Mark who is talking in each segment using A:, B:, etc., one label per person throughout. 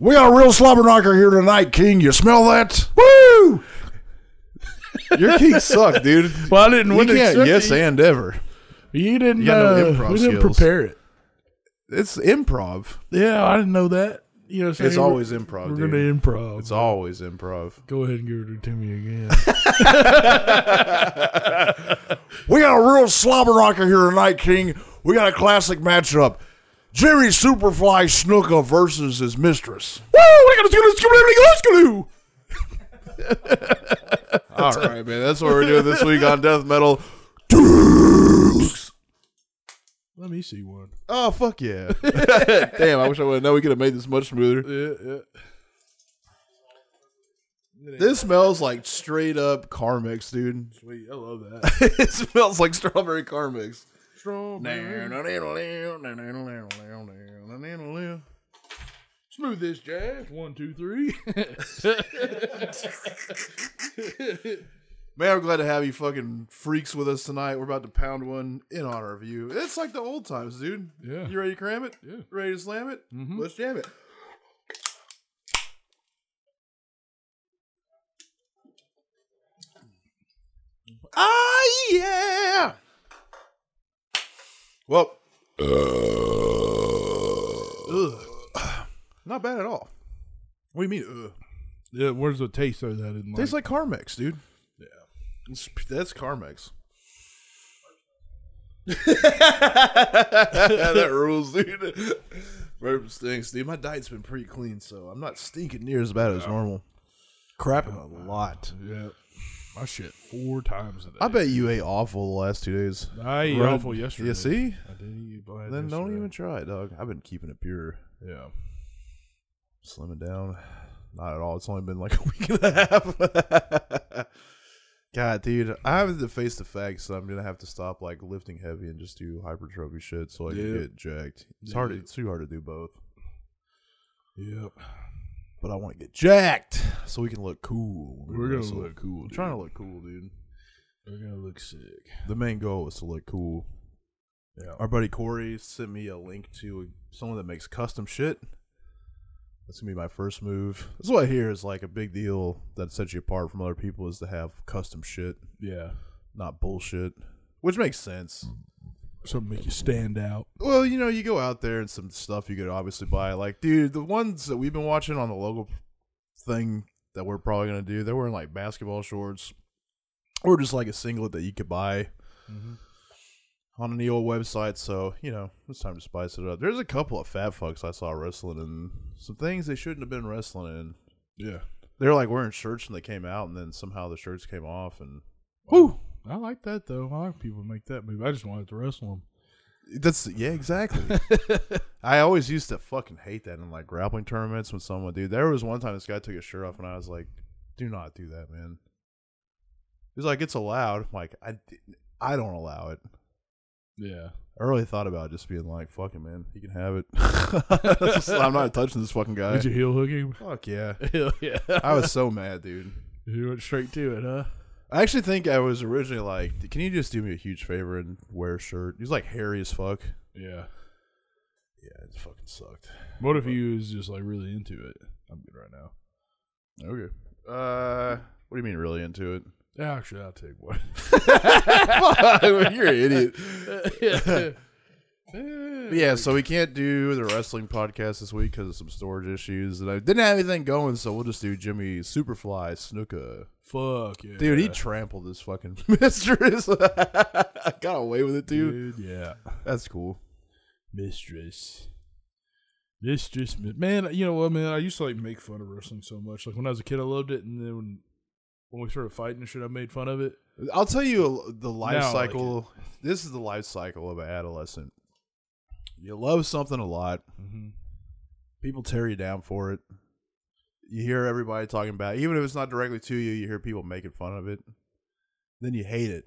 A: We got a real slobberknocker here tonight, King. You smell that? Woo!
B: Your keys suck, dude.
A: Well, I didn't.
B: you
A: wouldn't
B: can't.
A: expect
B: Yes,
A: you,
B: and ever.
A: you didn't.
B: you got no
A: uh,
B: improv
A: we didn't
B: skills.
A: prepare it.
B: It's improv.
A: Yeah, I didn't know that. You know, what I'm
B: It's
A: saying?
B: always
A: we're,
B: improv,
A: we're
B: dude.
A: gonna improv.
B: it's always improv.
A: Go ahead and give it to me again.
C: We got a real slobberknocker here tonight, King. We got a classic matchup. Jerry Superfly Snuka versus his mistress.
B: All right, man. That's what we're doing this week on Death Metal.
A: Let me see one.
B: Oh fuck yeah! Damn, I wish I would have known we could have made this much smoother.
A: Yeah, yeah.
B: This smells like straight up Carmex, dude.
A: Sweet, I love that.
B: it smells like strawberry Carmex.
A: Smooth this jazz. One, two, three.
B: Man, we're glad to have you fucking freaks with us tonight. We're about to pound one in honor of you. It's like the old times, dude.
A: Yeah.
B: You ready to cram it?
A: Yeah.
B: Ready to slam it? Let's jam it. Ah, yeah. Well, ugh. not bad at all. What do you mean? Ugh?
A: yeah, where's the taste of that in
B: Tastes like Carmex, dude. Yeah, it's, that's Carmex. that rules, dude. Burp stinks, dude. My diet's been pretty clean, so I'm not stinking near as bad as normal. Oh, Crapping a lot.
A: Yeah. I shit four times a day.
B: I bet you ate awful the last two days.
A: I ate
B: Run-
A: awful yesterday.
B: You see?
A: I did eat bad
B: Then don't even
A: yesterday.
B: try it, dog. I've been keeping it pure,
A: Yeah.
B: slimming down. Not at all. It's only been like a week and a half. God, dude, I have to face the fact, so I'm gonna have to stop like lifting heavy and just do hypertrophy shit, so I can
A: Yeah.
B: get jacked. It's hard. It's too hard to do both,
A: Yep.
B: but I want to get jacked so we can look cool. when we
A: We're gonna
B: wrestle.
A: look cool.
B: I'm
A: dude.
B: trying to look cool, dude.
A: We're gonna look sick.
B: The main goal is to look cool.
A: Yeah.
B: Our buddy Corey sent me a link to someone that makes custom shit. That's gonna be my first move. That's what I hear is like a big deal that sets you apart from other people is to have custom shit,
A: Yeah.
B: not bullshit, which makes sense.
A: Something make you stand out.
B: Well, you know, you go out there and some stuff you could obviously buy. Like, dude, the ones that we've been watching on the logo thing that we're probably gonna do, they're wearing like basketball shorts or just like a singlet that you could buy
A: Mm-hmm.
B: on an EO website. So you know, it's time to spice it up. There's a couple of fat fucks I saw wrestling and some things they shouldn't have been wrestling in.
A: Yeah.
B: They're like wearing shirts when they came out, and then somehow the shirts came off. And
A: Woo! I like that though. I like people make that move. I just wanted to wrestle them.
B: that's yeah, exactly. I always used to fucking hate that in like grappling tournaments when someone, dude. There was one time this guy took his shirt off, and I was like, "Do not do that, man." He's like, "It's allowed." I'm like, I, I don't allow it.
A: Yeah.
B: I really thought about just being like, "Fuck it, man. He can have it." Just, I'm not touching this fucking guy.
A: Did you heel hook him?
B: Fuck yeah!
A: Hell yeah.
B: I was so mad, dude.
A: You went straight to it, huh?
B: I actually think I was originally like, "Can you just do me a huge favor and wear a shirt?" He's like hairy as fuck.
A: Yeah.
B: Yeah, it fucking sucked.
A: What if he was just like really into it? I'm good right now.
B: Okay. Uh, what do you mean really into it?
A: Yeah, actually, I'll take one.
B: You're an idiot.
A: yeah.
B: But yeah, so we can't do the wrestling podcast this week because of some storage issues, and I didn't have anything going, so we'll just do Jimmy Superfly Snuka.
A: Fuck yeah.
B: Dude, he trampled his fucking mistress. Got away with it, dude.
A: Dude, yeah.
B: That's cool.
A: Mistress. Mistress. mi- Man, you know what, man? I used to like make fun of wrestling so much. Like when I was a kid, I loved it. And then when, when we started fighting and shit, I made fun of it.
B: I'll tell you the life
A: Now I like
B: cycle. this is the life cycle of an adolescent. You love something a lot.
A: Mm-hmm.
B: people tear you down for it. You hear everybody talking about, it. even if it's not directly to you, you hear people making fun of it. Then you hate it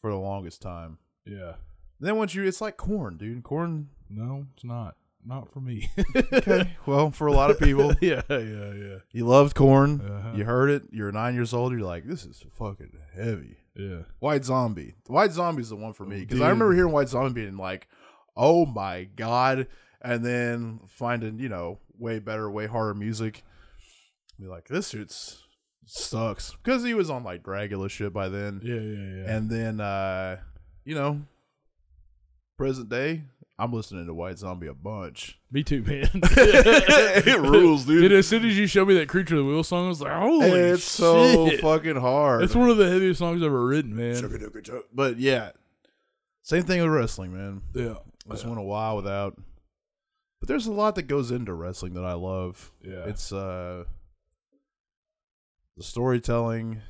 B: for the longest time.
A: Yeah.
B: Then once you, it's like corn, dude. Corn.
A: No, it's not. Not for me.
B: Okay. well, for a lot of people,
A: yeah, yeah, yeah.
B: you loved corn.
A: Uh-huh.
B: You heard it. You're nine years old. You're like, this is fucking heavy.
A: Yeah.
B: White Zombie. White Zombie's the one for me because I
A: Dude.
B: remember hearing White Zombie and like, oh my god, and then finding you know way better, way harder music. Be like, this shit's sucks because he was on like Dragula shit by then,
A: Yeah, yeah, yeah.
B: and then uh, you know, present day. I'm listening to White Zombie a bunch.
A: Me too, man.
B: it rules, dude.
A: Dude, as soon as you showed me that Creature of the Wheel song, I was like, holy
B: it's
A: shit.
B: so fucking hard.
A: It's one of the heaviest songs ever written, man.
D: Chugga-dugga-chug.
B: but yeah, same thing with wrestling, man.
A: Yeah.
B: Just went a while without. But there's a lot that goes into wrestling that I love.
A: Yeah.
B: It's uh the storytelling,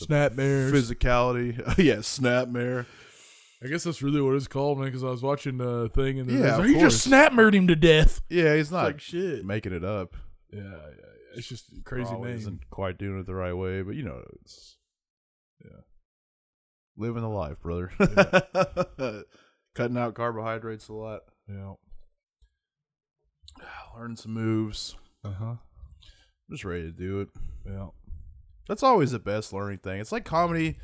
A: Snapmares.
B: physicality. Oh, yeah, snapmare.
A: I guess that's really what it's called, man, because I was watching the thing and
B: Yeah,
A: yeah,
B: of
A: like, he just
B: course.
A: snapmared him to death.
B: Yeah, he's not
A: like shit.
B: making it up.
A: Yeah, yeah, yeah. it's just a crazy
B: Probably
A: name.
B: Isn't quite doing it the right way, but you know, it's yeah, living the life, brother. Cutting out carbohydrates a lot.
A: Yeah.
B: Learning some moves.
A: Uh
B: Uh-huh.
A: huh.
B: I'm just ready to do it.
A: Yeah.
B: That's always the best learning thing. It's like comedy.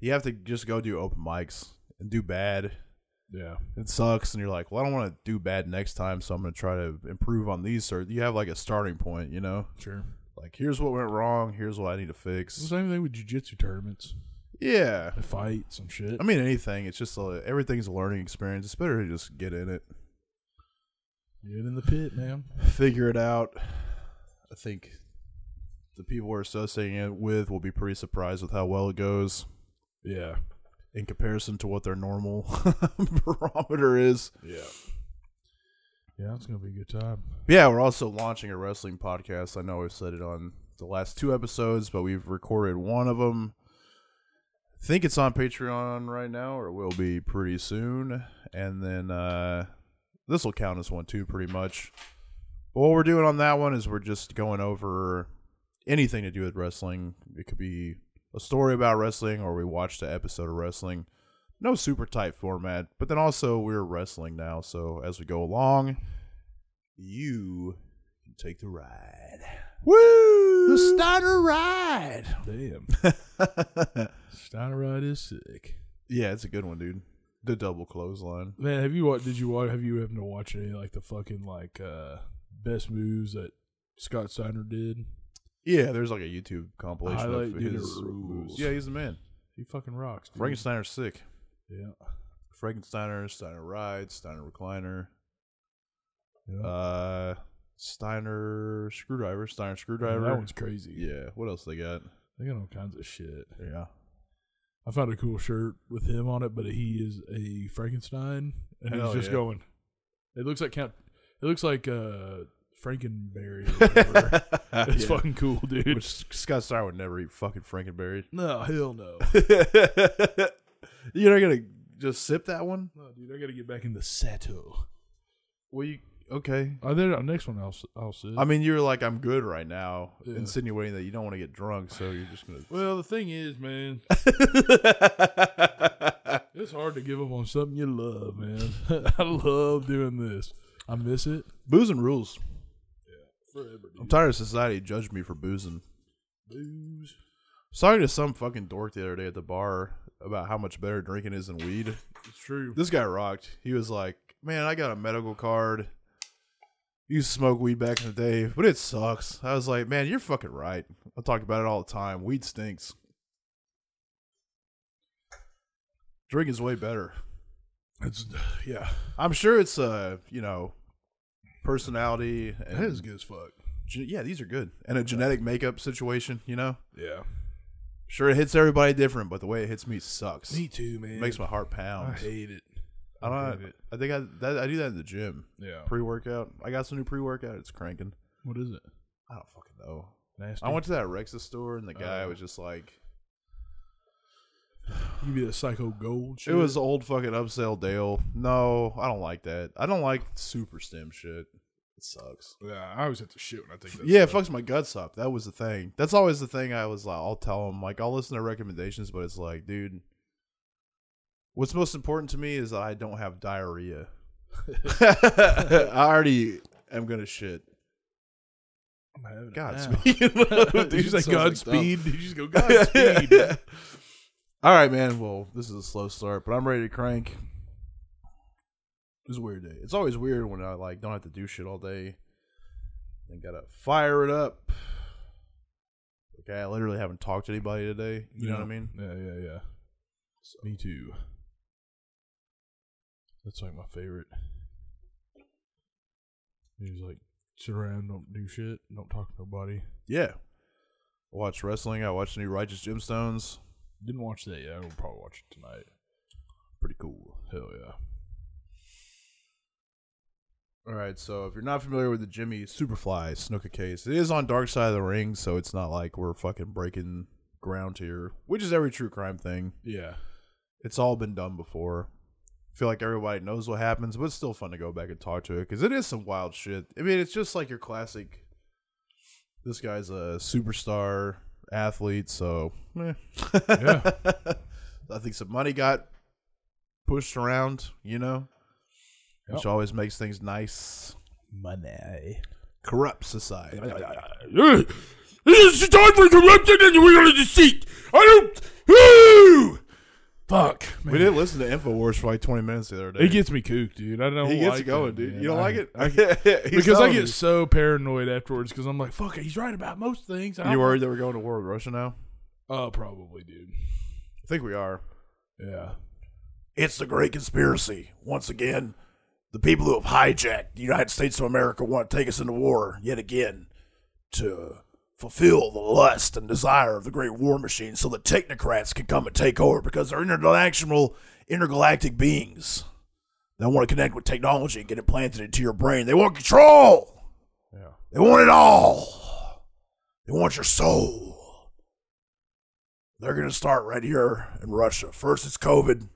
B: You have to just go do open mics and do bad.
A: Yeah.
B: It sucks, and you're like, well, I don't want to do bad next time, so I'm going to try to improve on these. Or you have like a starting point, you know,
A: Sure.
B: like here's what went wrong, here's what I need to
A: It's the
B: fix.
A: same thing with jujitsu tournaments,
B: Yeah,
A: and fights and shit.
B: I mean anything. It's just a, everything's a learning experience. It's better to just get in it,
A: Get in the pit, man.
B: figure it out. I think the people we're associating it with will be pretty surprised with how well it goes
A: Yeah.
B: in comparison to what their normal barometer is.
A: Yeah. Yeah, it's gonna be a good time.
B: Yeah, we're also launching a wrestling podcast. I know we've said it on the last two episodes, but we've recorded one of them. I think it's on Patreon right now, or will be pretty soon. And then uh, this will count as one too, pretty much. But what we're doing on that one is we're just going over anything to do with wrestling. It could be a story about wrestling, or we watched an episode of wrestling. No super tight format, but then also we're wrestling now. So as we go along, you can take the ride. Woo! The starter ride.
A: Damn. Steiner Ride is sick.
B: yeah, it's a good one, dude. The double clothesline.
A: Man, have you watched? Did you watch? Have you happened to watch any like the fucking like uh best moves that Scott Steiner did?
B: Yeah, there's like a YouTube compilation
A: Highlight,
B: of
A: dude, it
B: his
A: rules.
B: Yeah, he's the man.
A: He fucking rocks. dude.
B: Frankensteiner's sick.
A: Yeah.
B: Frankensteiner, Steiner ride, Steiner recliner,
A: yeah.
B: uh, Steiner screwdriver, Steiner
A: Man,
B: screwdriver.
A: that one's crazy.
B: yeah. What else they got?
A: They got all kinds of shit.
B: Yeah.
A: I found a cool shirt with him on it, but he is a Frankenstein, and
B: Hell
A: he's just
B: yeah.
A: going. It looks like Count. It looks like uh Frankenberry. Or whatever. it's
B: Yeah.
A: fucking cool, dude.
B: Which Scott Steiner would never eat fucking Frankenberry.
A: no, hell no.
B: You're not gonna just sip that one?
A: no, dude. I gotta get back in the sato.
B: Well, you okay?
A: Oh, there. Next one, I'll s- I'll sit.
B: I mean, you're like I'm good right now,
A: Yeah.
B: insinuating that you don't want to get drunk, so you're just gonna.
A: well, the thing is, man, it's hard to give up on something you love, man. I love doing this. I miss it
B: boozing rules.
A: forever, dude.
B: I'm tired of society judging me for boozing.
A: Booze.
B: I was talking to some fucking dork the other day at the bar about how much better drinking is than weed.
A: It's true.
B: This guy rocked. He was like, "Man, I got a medical card. You smoke weed back in the day, but it sucks." I was like, "Man, you're fucking right. I talk about it all the time. Weed stinks. Drinking's way better.
A: It's, yeah,
B: I'm sure it's uh, you know, personality and
A: that is good as fuck.
B: gen- yeah, these are good and a genetic makeup situation. You know,
A: Yeah,
B: sure it hits everybody different, but the way it hits me sucks.
A: me too, man.
B: It makes my heart
A: I
B: pound.
A: hate it.
B: I
A: I
B: don't.
A: hate it.
B: I think I that, I do that in the gym.
A: Yeah.
B: pre workout. I got some new pre workout. It's cranking.
A: What is it?
B: I don't fucking know.
A: Nasty.
B: I went to that Rex's store and the guy
A: Oh.
B: was just like,
A: you be the psycho gold. Shit.
B: it was old fucking upsell Dale. No, I don't like that. I don't like super stem shit. It sucks.
A: Yeah, I always have to shit when I think. That
B: yeah, it
A: stuff.
B: fucks my guts up. That was the thing. That's always the thing. I was like, I'll tell him like I'll listen to recommendations, but it's like, dude, what's most important to me is that I don't have diarrhea. I already am gonna shit.
A: I'm having it now.
B: Godspeed. Dude,
A: Did you
B: sounds
A: say
B: dumb.
A: Godspeed? Did you just go Godspeed?
B: All right, man. Well, this is a slow start, but I'm ready to crank. It was a weird day. It's always weird when I like don't have to do shit all day and gotta fire it up. Like I literally haven't talked to anybody today. You know what I mean?
A: Yeah, yeah, yeah. Me too. That's like my favorite. You just like sit around, don't do shit, don't talk to nobody.
B: Yeah. I watched wrestling. I watched the new Righteous Gemstones.
A: Didn't watch that yet. I will probably watch it tonight.
B: Pretty cool.
A: Hell yeah.
B: All right, so if you're not familiar with the Jimmy Superfly Snooker case, it is on Dark Side of the Ring, so it's not like we're fucking breaking ground here, which is every true crime thing.
A: Yeah.
B: It's all been done before. I feel like everybody knows what happens, but it's still fun to go back and talk to it because it is some wild shit. I mean, it's just like your classic. This guy's a superstar athlete, so eh.
A: Yeah.
B: I think some money got pushed around, you know, which
A: Yep.
B: always makes things nice.
A: Money.
B: Corrupt society.
A: It's time for corruption and the wheel of deceit. I don't. Woo! Fuck.
B: We did listen to Infowars for like twenty minutes the other day.
A: It gets me kooked, dude. I don't
B: he gets
A: like
B: it going,
A: that,
B: dude.
A: man.
B: You don't
A: I-
B: like it?
A: I-
B: He's
A: because I
B: telling
A: get
B: you.
A: so paranoid afterwards because I'm like, fuck, he's right about most things. I
B: You
A: don't-
B: worried that we're going to war with Russia now?
A: Oh, probably, dude.
B: I think we are.
A: Yeah.
E: It's the great conspiracy. Once again, the people who have hijacked the United States of America want to take us into war yet again to fulfill the lust and desire of the great war machine so the technocrats can come and take over because they're international, intergalactic beings that want to connect with technology and get it planted into your brain. They want control.
B: Yeah.
E: They want it all. They want your soul. They're going to start right here in Russia. First, it's COVID.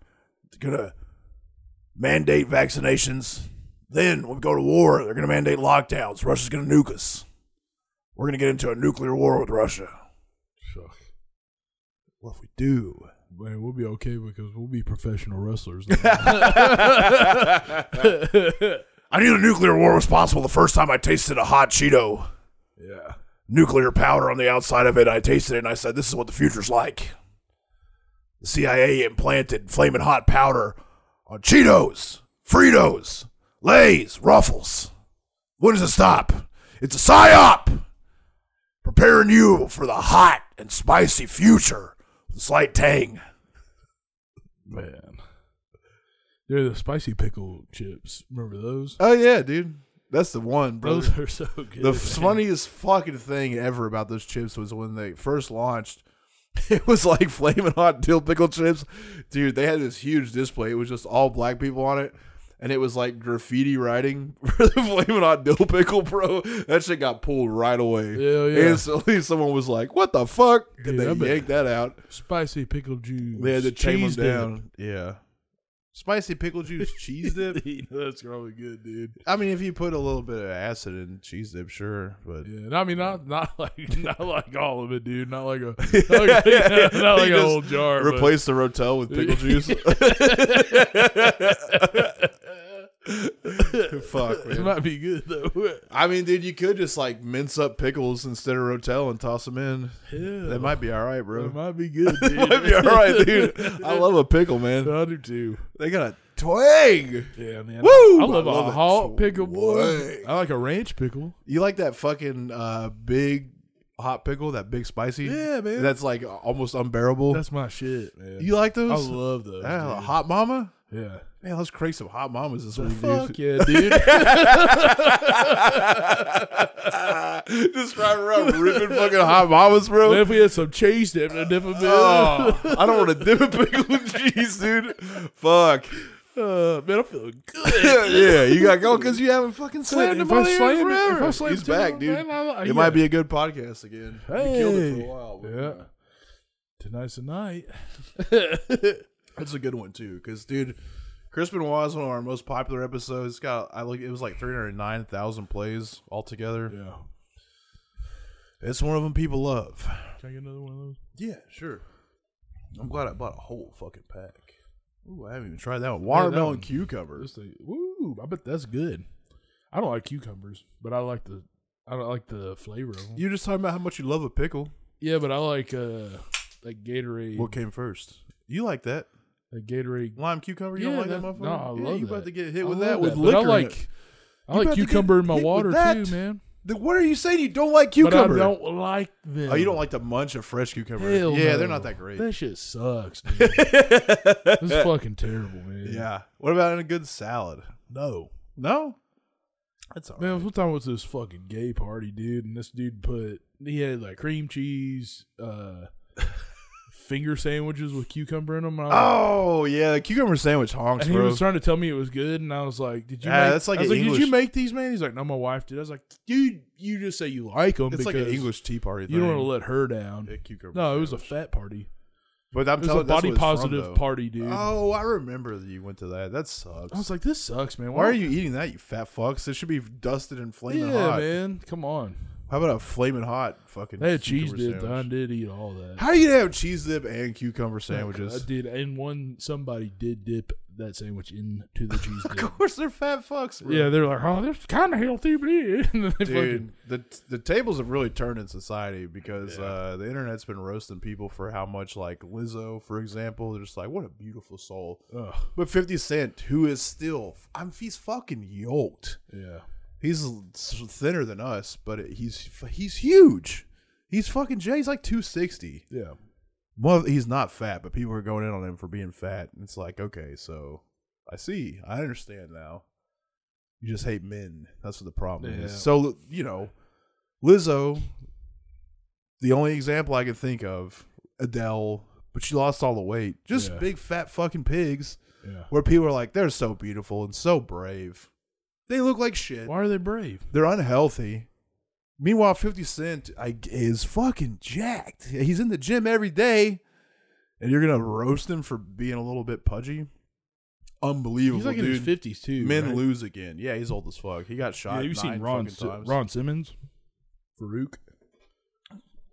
E: They're going to mandate vaccinations. Then, when we go to war, they're going to mandate lockdowns. Russia's going to nuke us. We're going to get into a nuclear war with Russia.
A: Fuck.
B: Well, if we do,
A: Man, we'll be okay because we'll be professional wrestlers.
E: I knew the nuclear war was possible the first time I tasted a hot Cheeto.
A: yeah.
E: nuclear powder on the outside of it. I tasted it and I said, This is what the future's like. The CIA implanted flaming hot powder on Cheetos, Fritos, Lay's, Ruffles. When does it stop? It's a psyop preparing you for the hot and spicy future. The slight tang.
A: Man. They're the spicy pickle chips. Remember those?
B: oh yeah, dude, that's the one, bro.
A: Those are so good.
B: The
A: man.
B: funniest fucking thing ever about those chips was when they first launched. It was like flaming hot dill pickle chips, dude. They had this huge display. It was just all black people on it, and it was like graffiti writing for the flaming hot dill pickle, bro. That shit got pulled right away.
A: Hell yeah.
B: Instantly, someone was like, "What the fuck?"
A: Dude,
B: And
A: I
B: they
A: bet-
B: yanked that out.
A: spicy pickle juice.
B: They had to tame them
A: cheese
B: down. Yeah, spicy pickle juice cheese
A: dip.
B: dip.
A: You know, That's probably good, dude.
B: I mean, if you put a little bit of acid in cheese dip, sure, but
A: Yeah, and I mean not not like not like all of it, dude. Not like a not like, a- not like
B: You
A: a
B: just
A: whole jar. but-
B: Replace the Rotel with pickle juice. Fuck,
A: It
B: man.
A: might be good though.
B: I mean, dude, you could just like mince up pickles instead of Rotel and toss them in.
A: Yeah,
B: That might be all right, bro.
A: it might be good, dude.
B: That might be all right, dude. I love a pickle, man.
A: I do too.
B: They got a twang.
A: Yeah, man.
B: Woo!
A: I love
B: I
A: a
B: love it.
A: hot pickle.
B: Swag.
A: I like a ranch pickle.
B: You like that fucking uh, big hot pickle? That big spicy?
A: Yeah, man.
B: That's like almost unbearable.
A: That's my shit, man.
B: you like
A: I
B: those?
A: love those.
B: Yeah,
A: dude.
B: hot mama.
A: yeah.
B: Man, let's create some hot mamas this week, dude.
A: Fuck yeah, dude.
B: Just driving around ripping fucking hot mamas, bro.
A: Man, if we had some cheese dip, that'd dip a bit.
B: Oh, I don't want to dip a pickle in cheese, dude. Fuck.
A: Uh, man, I'm feeling good.
B: yeah, you got to go because you haven't fucking slammed
A: If
B: him
A: I
B: on the air
A: slammed-
B: forever.
A: if I slammed
B: He's
A: him,
B: back, dude.
A: man, I-
B: it
A: yeah.
B: might be a good podcast again. We killed it for
A: Hey.
B: a while. but- uh,
A: Yeah. Tonight's the night.
B: That's a good one too, because dude, Chris Benoit is one of our most popular episodes. It's Got I look, it was like three hundred nine thousand plays altogether.
A: Yeah.
B: It's one of them people love.
A: Can I get another one of those?
B: Yeah, sure. I'm glad I bought a whole fucking pack. Ooh, I haven't even tried that one. Watermelon
A: one-
B: cucumber.
A: This thing, woo! I bet that's good. I don't like cucumbers, but I like the I don't like the flavor of them.
B: You're just talking about how much you love a pickle.
A: yeah, but I like uh like Gatorade.
B: What came first? You like that?
A: That Gatorade.
B: Lime cucumber, you
A: Yeah,
B: don't like that,
A: that-
B: motherfucker?
A: no, I
B: yeah,
A: love
B: you about
A: that.
B: to get hit
A: I
B: with
A: love
B: that with
A: but
B: liquor.
A: I
B: in
A: like.
B: it.
A: I
B: You
A: like
B: about to get
A: cucumber in my
B: hit with
A: water
B: that?
A: too, man.
B: The- What are you saying? You don't like cucumber?
A: But I don't like them.
B: Oh, you don't like the munch of fresh cucumber?
A: Hell
B: yeah,
A: no.
B: they're not that great.
A: That shit sucks. Dude. this is fucking terrible, man.
B: yeah. What about in a good salad? No. No? That's all right.
A: Man, one time I was at this fucking gay party, dude, and this dude put he had like cream cheese, uh, finger sandwiches with cucumber in them. And I was like-
B: Oh, yeah. The cucumber sandwich honks,
A: and he
B: bro.
A: was trying to tell me it was good, and I was like, "Did you?"
B: Yeah,
A: make,
B: that's like
A: I was
B: an
A: like, "Did
B: English-
A: you make these, man?" He's like, "No, my wife did." I was like, "Dude, you just say you like them
B: it's like
A: because
B: an English tea party thing.
A: you don't want to let her down."
B: Yeah, cucumber
A: no, it was a
B: sandwich.
A: fat party.
B: But I'm
A: It was
B: telling
A: a
B: that's
A: body
B: what it's from,
A: positive
B: though.
A: party, dude.
B: Oh, I remember that you went to that. That sucks.
A: I was like, "This sucks, man.
B: Why are you eating that, you fat fucks? It should be dusted and flaming
A: Yeah,
B: hot.
A: man. Come on.
B: How about a flaming hot fucking?
A: They had cheese
B: cucumber
A: dip. I
B: sandwich?
A: did eat all that.
B: How you gonna have cheese dip and cucumber sandwiches?
A: I did, and one somebody did dip that sandwich into the cheese dip.
B: Of course, they're fat fucks. Bro.
A: yeah, they're like, oh, this is kind of healthy, but yeah." and then they
B: dude. The the tables have really turned in society because uh, the internet's been roasting people for how much, like Lizzo, for example. They're just like, what a beautiful soul.
A: fucking, ugh,
B: But Fifty Cent, who is still, I'm he's fucking yoked.
A: yeah,
B: He's s- thinner than us, but he's he's huge. He's fucking Jay. He's like 260.
A: yeah.
B: Well, he's not fat, but people are going in on him for being fat. And it's like, okay, so I see. I understand now. You just hate men. That's what the problem
A: Yeah.
B: is. So, you know, Lizzo, the only example I could think of, Adele, but she lost all the weight. Just
A: Yeah.
B: big fat fucking pigs
A: Yeah.
B: where people are like, they're so beautiful and so brave. They look like shit.
A: Why are they brave?
B: They're unhealthy. Meanwhile, 50 Cent I, is fucking jacked. He's in the gym every day, and you're going to roast him for being a little bit pudgy? Unbelievable,
A: He's like
B: dude.
A: in his fifties too.
B: Men
A: right?
B: lose again. Yeah, he's old as fuck. He got shot
A: Yeah, you've
B: nine
A: seen Ron
B: fucking
A: Si-
B: times.
A: Ron Simmons, Farouk.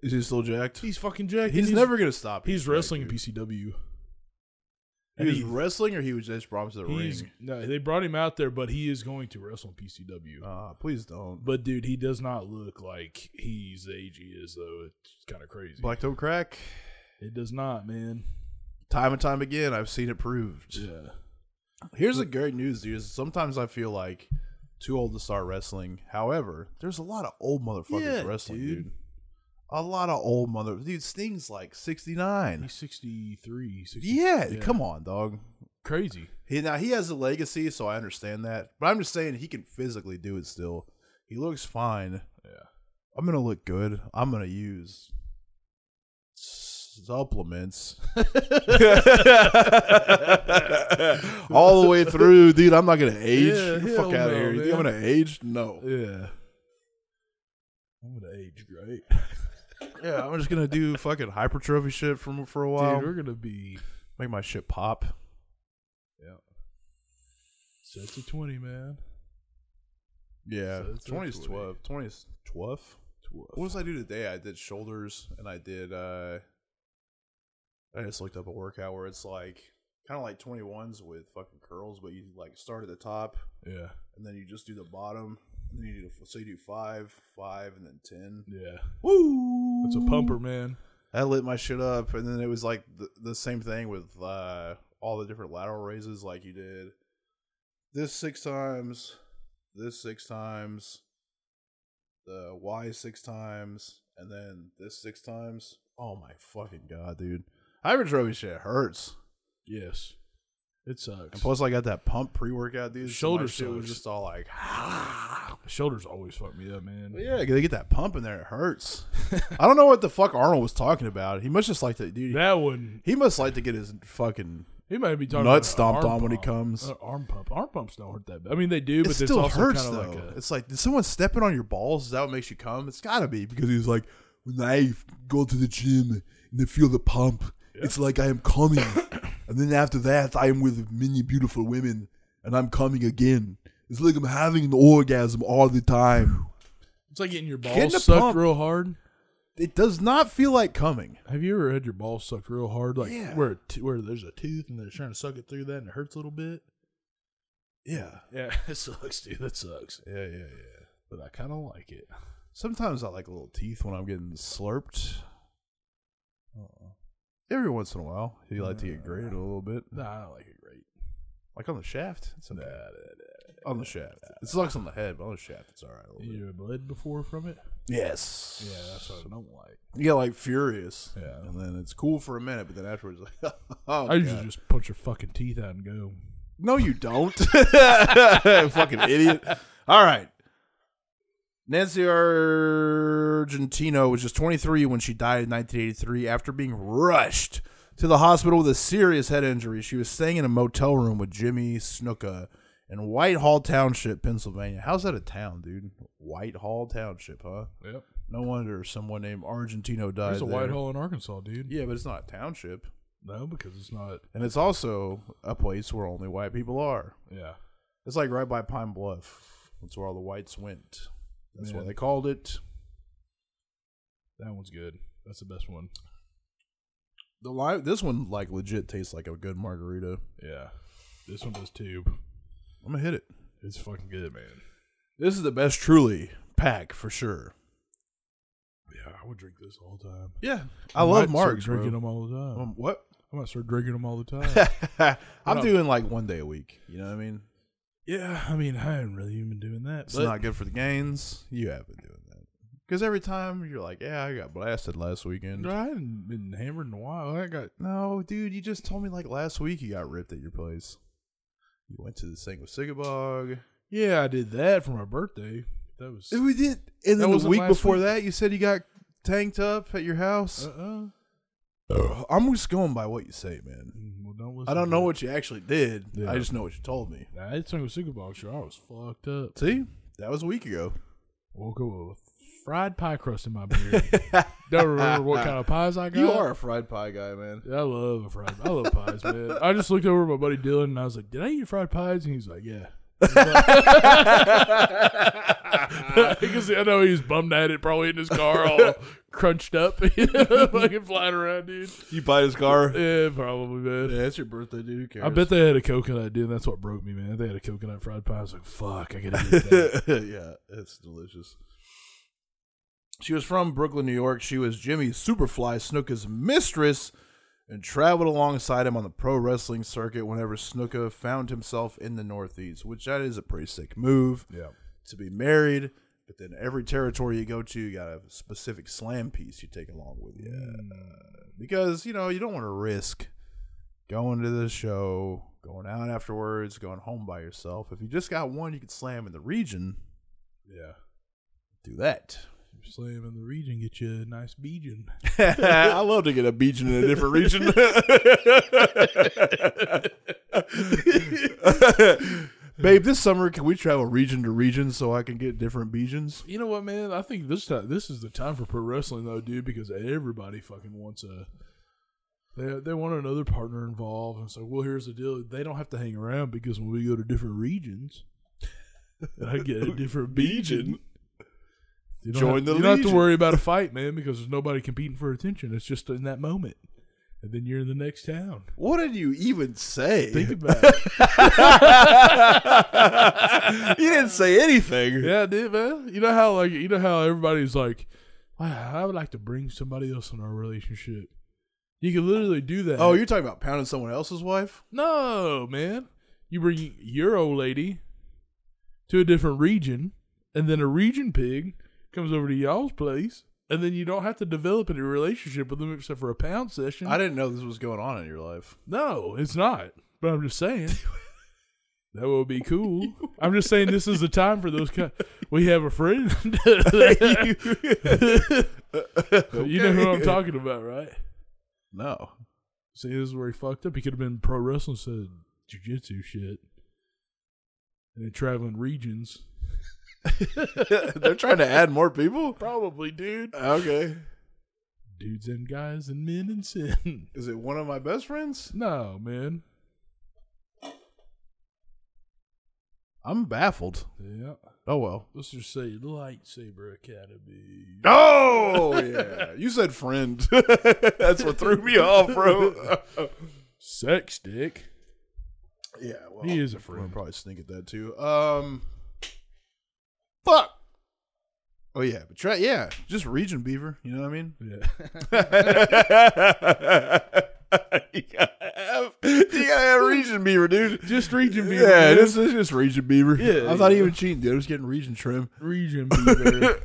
B: Is he still jacked?
A: He's fucking jacked.
B: He's, never going to stop. being
A: He's
B: jacked,
A: wrestling in
B: dude.
A: PCW.
B: He was wrestling or he was just brought to the
A: He's,
B: ring?
A: no, they brought him out there, but he is going to wrestle in PCW.
B: Uh, please don't.
A: but dude, he does not look like he's the age he is, though. It's kind of crazy.
B: Black Toe Crack,
A: It does not, man.
B: time and time again, I've seen it proved.
A: Yeah.
B: Here's the great news, dude. Is sometimes I feel like too old to start wrestling. However, there's a lot of old motherfuckers
A: Yeah,
B: wrestling, dude.
A: dude.
B: A lot of old mother dude. Sting's like 69.
A: He's 63. 60,
B: Yeah, come on, dog.
A: Crazy.
B: He now he has a legacy, so I understand that. But I'm just saying he can physically do it still. He looks fine.
A: Yeah.
B: I'm gonna look good. I'm gonna use supplements all the way through, dude. I'm not gonna age.
A: Yeah,
B: You're fuck
A: hell
B: out of
A: no,
B: here. You think I'm
A: man.
B: gonna age? No.
A: Yeah. I'm gonna age great.
B: Yeah, I'm just gonna do fucking hypertrophy shit from for a while.
A: Dude, we're gonna be
B: Make my shit pop.
A: sets of 20, man.
B: Yeah,
A: So it's a
B: 20 is
A: 20.
B: 12. 20 is 12. What
A: Twelve.
B: was I do today? I did shoulders and I did uh I just looked up a workout where it's like kind of like 21s with fucking curls, but you like start at the top
A: Yeah.
B: and then you just do the bottom and then you do so you do 5, 5 and then 10.
A: Yeah.
B: Woo!
A: It's a pumper, man.
B: I lit my shit up and then it was like the, the same thing with uh all the different lateral raises like you did this 6 times, this 6 times, the Y six times, and then this six times. Oh my fucking god, dude. Hypertrophy shit hurts.
A: Yes. It
B: And
A: sucks.
B: plus, I got that pump pre workout, dude. so
A: Shoulder
B: my shit was
A: sucks.
B: just all like,
A: Shoulders always fuck me up, man.
B: But yeah, they get that pump in there. It hurts. I don't know what the fuck Arnold was talking about. He must just like to, dude.
A: That one,
B: he must like to get his fucking.
A: he might be talking
B: Nut
A: about an
B: stomped
A: arm
B: on when he
A: pump.
B: comes.
A: Uh, arm pump. Arm pumps don't hurt that bad. I mean, they do,
B: It
A: but it's
B: still
A: also
B: hurts
A: kind
B: though.
A: of like a.
B: it's like, did someone stepping on your balls? Is that what makes you come? It's gotta be because he's like, when I go to the gym and I feel the pump, it's like I am coming, and then after that, I am with many beautiful women, and I'm coming again. It's like I'm having an orgasm all the time.
A: It's like getting your
B: Getting
A: balls
B: a
A: sucked
B: pump.
A: real hard.
B: It does not feel like coming.
A: Have you ever had your balls sucked real hard, like
B: Yeah.
A: where t- where there's a tooth and they're trying to suck it through that and it hurts a little bit?
B: Yeah,
A: Yeah, it sucks, dude. That sucks.
B: yeah, yeah, yeah.
A: But I kind of like it.
B: Sometimes I like little teeth when I'm getting slurped. Uh-uh. Every once in a while, you like to get graded a little bit,
A: Nah, I don't like it great.
B: like on the shaft. It's okay. on the shaft, it sucks on the head, but on the shaft, it's all right. A little bit.
A: You bled before from it?
F: Yes.
A: Yeah, that's what I don't like.
B: You get like furious,
A: Yeah.
B: and then it's cool for a minute, but then afterwards, like, oh,
A: I usually
B: God.
A: just punch your fucking teeth out and go.
B: no, you don't, fucking idiot. All right, Nancy Argentino was just 23 when she died in 1983 after being rushed to the hospital with a serious head injury. She was staying in a motel room with Jimmy Snuka in Whitehall Township, Pennsylvania. How's that a town, dude? Whitehall Township, huh?
A: Yep.
B: No wonder someone named Argentino died.
A: There's a
B: there.
A: white hole in Arkansas, dude.
B: Yeah, but it's not a township.
A: No, because it's not.
B: And it's also a place where only white people are.
A: Yeah.
B: It's like right by Pine Bluff. That's where all the whites went. That's why
A: Man.
B: they called it.
A: That one's good. That's the best one.
B: The li- this one like legit tastes like a good margarita.
A: Yeah. This one does tube.
B: I'm gonna hit it.
A: It's fucking good, man.
B: This is the best truly pack for sure.
A: Yeah, I would drink this all the time.
B: Yeah, I, love
A: might start
B: Mark's.
A: Drinking
B: bro.
A: them all the time.
B: Um, what?
A: I might start drinking them all the time.
B: I'm
A: up?
B: doing like one day a week. You know what I mean?
A: yeah, I mean, I haven't really even been doing that.
B: It's
A: but
B: not good for the gains. You have been doing that because every time you're like, "Yeah, I got blasted last weekend."
A: I haven't been hammered in a while. I got
B: No, dude, you just told me like last week you got ripped at your place. You went to this thing with Sigabog.
A: yeah, I did that for my birthday. That was
B: We did, and
A: That
B: then the
A: wasn't
B: week Uh,
A: last
B: before
A: week.
B: that, you said you got tanked up at your house.
A: uh-uh.
B: I'm just going by what you say, man.
A: Mm, Well, don't listen
B: I don't
A: to
B: know
A: it.
B: what you actually did.
A: Yeah.
B: I just know what you told me.
A: Nah, I took a cigar box. Sure, I was fucked up.
B: See, that was a week ago.
A: Woke up with a fried pie crust in my beard. don't remember what kind of pies I got.
B: You are a fried pie guy, man.
A: I love a fried. I love pies, man. I just looked over at my buddy Dylan and I was like, "Did I eat fried pies?" And he's like, "Yeah." Because I know he's bummed at it, probably in his car, all crunched up, fucking flying around, dude.
B: You buy his car. Yeah,
A: Yeah, probably, man.
B: it's your birthday, dude. Who cares?
A: I bet they had a coconut, dude. And that's what broke me, man. They had a coconut fried pie. I was like, "Fuck, I gotta get that."
B: yeah, it's delicious. She was from Brooklyn, New York. She was Jimmy Superfly Snuka's mistress and traveled alongside him on the pro wrestling circuit whenever Snuka found himself in the Northeast, which that is a pretty sick move
A: yeah,
B: to be married. But then every territory you go to, you got a specific slam piece you take along with you.
A: Mm.
B: Because, you know, you don't want to risk going to the show, going out afterwards, going home by yourself. If you just got one you could slam in the region,
A: yeah.
B: do that.
A: Slam in the region, get you a nice beejin.
B: I love to get a beach in a different region. Babe, this summer can we travel region to region so I can get different beejans?
A: You know what, man? I think this time, this is the time for pro wrestling, though, dude, because everybody fucking wants a. They, they want another partner involved. And it's like, well, here's the deal. They don't have to hang around because when we go to different regions, I get a different Beijing. You don't,
B: Join
A: have,
B: the
A: you don't have to
B: Legion.
A: worry about a fight, man, because there's nobody competing for attention. It's just in that moment. And then you're in the next town.
B: What did you even say?
A: Think about it.
B: you didn't say anything.
A: Yeah, I did, man. You know how like you know how everybody's like, wow, I would like to bring somebody else in our relationship. You can literally do that.
B: Oh, you're talking about pounding someone else's wife?
A: no, man. You bring your old lady to a different region, and then a region pig comes over to y'all's place, and then you don't have to develop any relationship with them except for a pound session.
B: I didn't know this was going on in your life.
A: no, it's not. But I'm just saying. That would be cool. I'm just saying this is the time for those kind. We have a friend. You know who I'm talking about, right?
B: No.
A: See, this is where he fucked up. He could have been pro wrestling, said jujitsu shit, and then traveling regions.
B: They're trying to add more people?
A: Probably, dude.
B: Okay.
A: Dudes and guys and men and sin.
B: Is it one of my best friends?
A: no, man.
B: I'm baffled.
A: Yeah.
B: Oh well.
A: Let's just say lightsaber academy.
B: Oh yeah. You said friend. That's what threw me off, bro.
A: Sex dick.
B: yeah, well.
A: He is a
B: We'll
A: friend.
B: probably sneak at that too. Um Fuck. Oh yeah, but try yeah, just region beaver. You know what I mean?
A: Yeah.
B: you gotta have, you gotta have region beaver, dude.
A: Just region beaver.
B: Yeah,
A: dude.
B: this is just region beaver.
A: Yeah.
B: I was not even cheating, dude. I was getting region trim.
A: region beaver.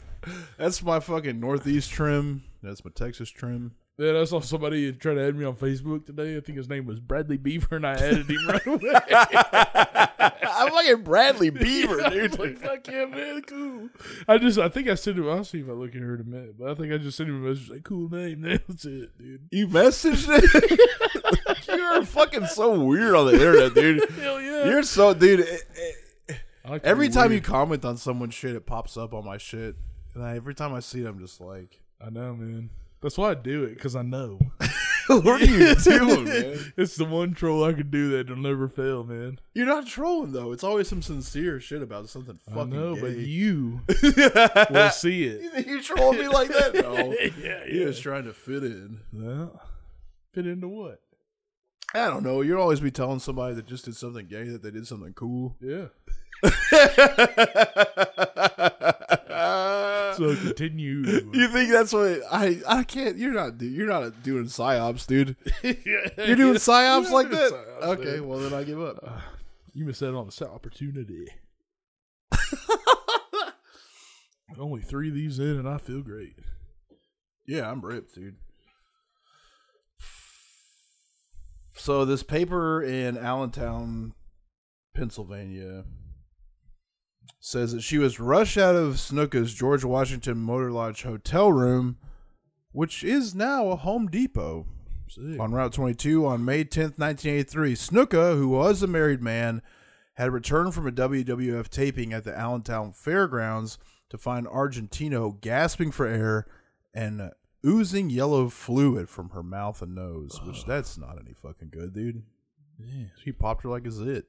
B: That's my fucking northeast trim. That's my Texas trim.
A: Then I saw somebody try to add me on Facebook today. I think his name was Bradley Beaver, and I added him right away.
B: I'm fucking Bradley Beaver,
A: I was like, fuck yeah, man, cool. I just, I think I sent him. I'll see if I look at her in a minute, but I think I just sent him a message like, "Cool name, that's it, dude."
B: You messaged it. You're fucking so weird on the internet, dude.
A: Hell yeah!
B: You're so dude. it- it-
A: I like to
B: Every
A: be
B: time you
A: weird.
B: comment on someone's shit, it pops up on my shit, and I, every time I see it, I'm just like,
A: I know, man. That's why I do it because I know
B: "What are you doing, man?
A: it's the one troll I could do that'll never fail, man.
B: You're not trolling though. It's always some sincere shit about something
A: I
B: fucking
A: know,
B: gay.
A: but
B: you,
A: you will see it.
B: troll me like that? No,
A: Yeah,
B: you're just trying to fit in.
A: Well, fit into what?
B: I don't know. You'll always be telling somebody that just did something gay that they did something cool.
A: Yeah.
B: you
A: So continue.
B: think that's what I? I can't. You're not. do- You're not doing psyops, dude. You're doing psyops
A: You're
B: like
A: doing
B: that.
A: psyops,
B: okay,
A: man.
B: well then I give up.
A: You missed out on the opportunity. Only three of these in, and I feel great.
B: Yeah, I'm ripped, dude. So this paper in Allentown, Pennsylvania says that she was rushed out of Snooka's George Washington Motor Lodge hotel room, which is now a Home Depot.
A: Sick.
B: On Route 22 on May 10th, 1983, Snooka, who was a married man, had returned from a WWF taping at the Allentown Fairgrounds to find Argentino gasping for air and oozing yellow fluid from her mouth and nose, which that's not any fucking good, dude.
A: Yeah,
B: She popped her like a zit.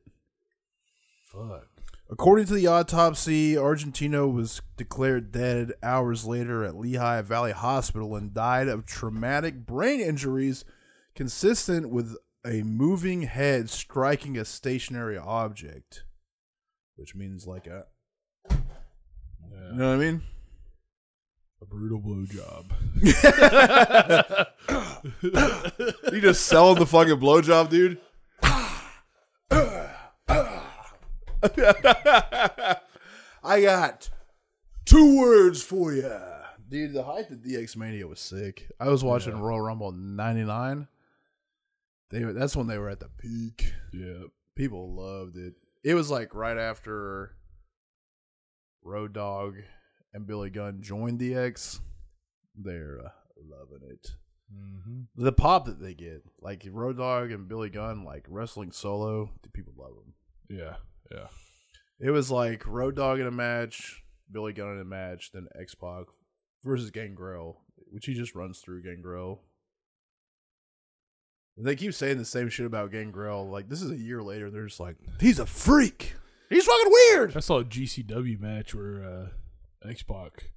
A: fuck.
B: According to the autopsy, Argentino was declared dead hours later at Lehigh Valley Hospital and died of traumatic brain injuries consistent with a moving head striking a stationary object. Which means like a you
A: Yeah,
B: know what I mean?
A: a brutal blowjob.
B: You just selling the fucking blowjob, dude. I got two words for you, dude. The height of DX Mania was sick. I was watching Royal Rumble '99. They were, that's when they were at the peak.
A: Yeah.
B: People loved it. It was like right after Road Dog and Billy Gunn joined DX. They're uh, loving it
A: Mm-hmm.
B: the pop that they get, like Road Dogg and Billy Gunn, like wrestling solo, the people love them.
A: Yeah. Yeah.
B: It was like Road Dogg in a match, Billy Gunn in a match, then X Pac versus Gangrel, which he just runs through Gangrel. And they keep saying the same shit about Gangrel. Like this is a year later, they're just like, he's a freak. He's fucking weird.
A: I saw a GCW match where uh, X Pac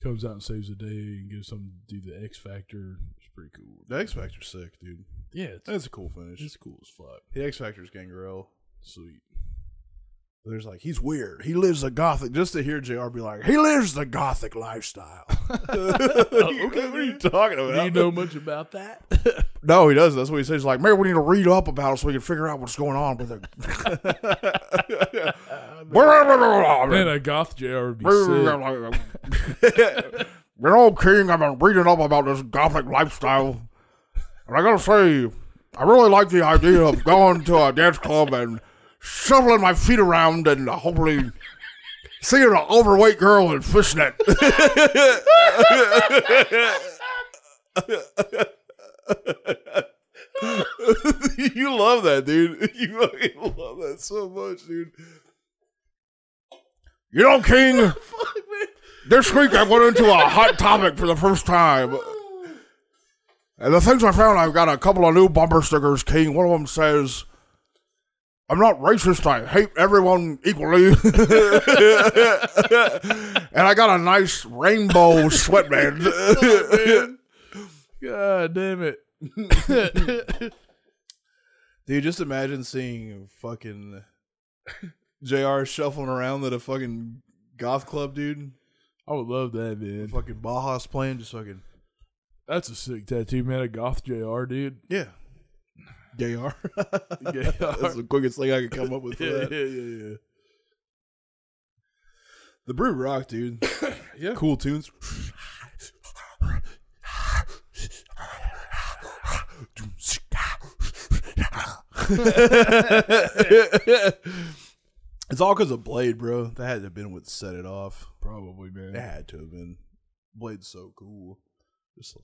A: comes out and saves the day and gives some dude the X Factor. It's pretty cool.
B: The X Factor's sick, dude.
A: Yeah, it's,
B: That's a cool finish.
A: it's cool as fuck.
B: the X Factor's Gangrel.
A: Sweet.
B: There's like he's weird. He lives a gothic. Just to hear Jr. be like, he lives the gothic lifestyle.
A: Oh,
B: okay, what are you talking
A: Do you know much about that?
B: No, he doesn't. That's what he says. He's like, maybe we need to read up about it so we can figure out what's going on with it.
A: Man, a goth JR would be sick.
B: you know, King, I've been reading up about this gothic lifestyle, and I gotta say, I really like the idea of going to a dance club and shuffling my feet around and hopefully seeing an overweight girl in fishnet. you love that, dude. You fucking love that so much, dude. You know, King. This week I went into a hot topic for the first time. And the things I found, I've got a couple of new bumper stickers, King. One of them says, I'm not racist, I hate everyone equally. and I got a nice rainbow sweatband.
A: God damn it.
B: Dude, just imagine seeing fucking JR shuffling around at a fucking goth club, dude.
A: I would love that, man.
B: Fucking Baja's playing, just fucking
A: That's a sick tattoo, man. A goth JR, dude.
B: yeah. JR.
A: Yeah,
B: That's the quickest thing I could come up with. For
A: yeah,
B: that.
A: yeah, yeah,
B: The Brew Rock, dude.
A: yeah. Yeah.
B: cool tunes. it's all because of Blade, bro. That had to have been what set it off.
A: Probably, man.
B: It had to have been. Blade's so cool. Just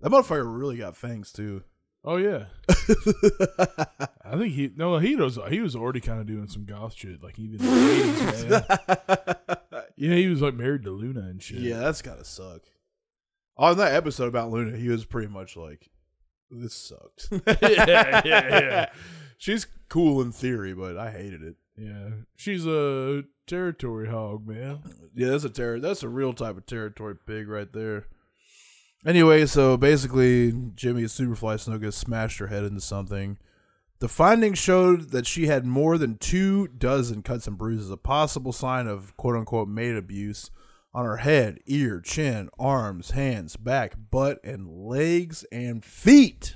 B: that motherfucker really got fangs too.
A: Oh yeah. I think he no he was he was already kind of doing some goth shit like he did. in the 80s, man. Yeah, he was like married to Luna and shit.
B: Yeah, that's gotta suck. On that episode about Luna, he was pretty much like, "This sucked."
A: yeah, yeah.
B: She's cool in theory, but I hated it.
A: Yeah, she's a territory hog, man.
B: Yeah, that's a terror. That's a real type of territory pig right there. Anyway, so basically, Jimmy Superfly Snuka smashed her head into something. The findings showed that she had more than two dozen cuts and bruises, a possible sign of quote unquote mate abuse on her head, ear, chin, arms, hands, back, butt, and legs and feet.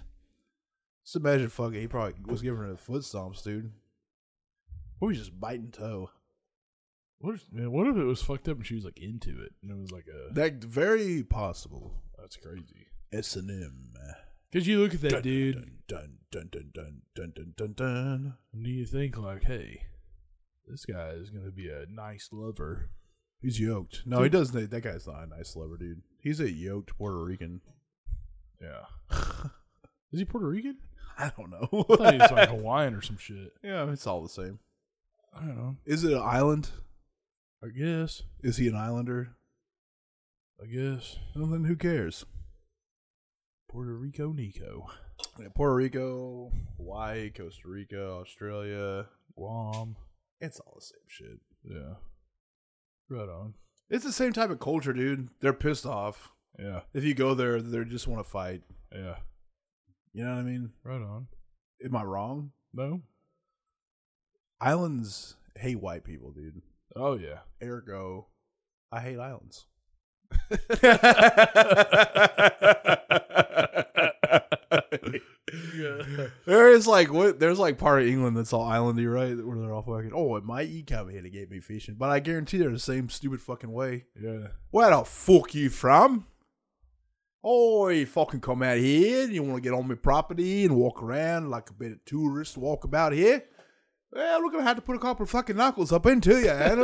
B: Just imagine fucking, he probably was giving her the foot stomps, dude. Or he's just biting toe.
A: What if, man, what if it was fucked up and she was like into it and it was like a
B: That very possible.
A: that's crazy.
B: S and M.
A: Cause you look at that dude
B: Dun dun dun dun dun dun dun dun.
A: and do you think like, hey, this guy is gonna be a nice lover?
B: He's yoked. No, he doesn't. That guy's not a nice lover, dude. He's a yoked Puerto Rican.
A: Yeah. is he Puerto Rican?
B: I don't
A: I thought he was like
B: know.
A: Hawaiian or some shit.
B: yeah, it's all the same.
A: I don't know.
B: Is it an island?
A: I guess.
B: Is he an islander?
A: I guess.
B: Well, then who cares?
A: Puerto Rico Nico.
B: Yeah, Puerto Rico, Hawaii, Costa Rica, Australia.
A: Guam.
B: It's all the same shit.
A: Yeah. Right on.
B: It's the same type of culture, dude. They're pissed off.
A: Yeah.
B: If you go there, they just want to fight.
A: Yeah.
B: You know what I mean?
A: Right on.
B: Am I wrong?
A: No?
B: Islands hate white people, dude.
A: Oh yeah.
B: Ergo, I hate islands. There is like what there's like part of England that's all islandy, right? Where they're all fucking oh, it might eat come here to get me fishing, but I guarantee they're the same stupid fucking way.
A: Yeah.
B: Where the fuck you from? Oh, you fucking come out here and you want to get on my property and walk around like a bit of tourist, walk about here? Well, we're going to have to put a couple of fucking knuckles up into you.
A: All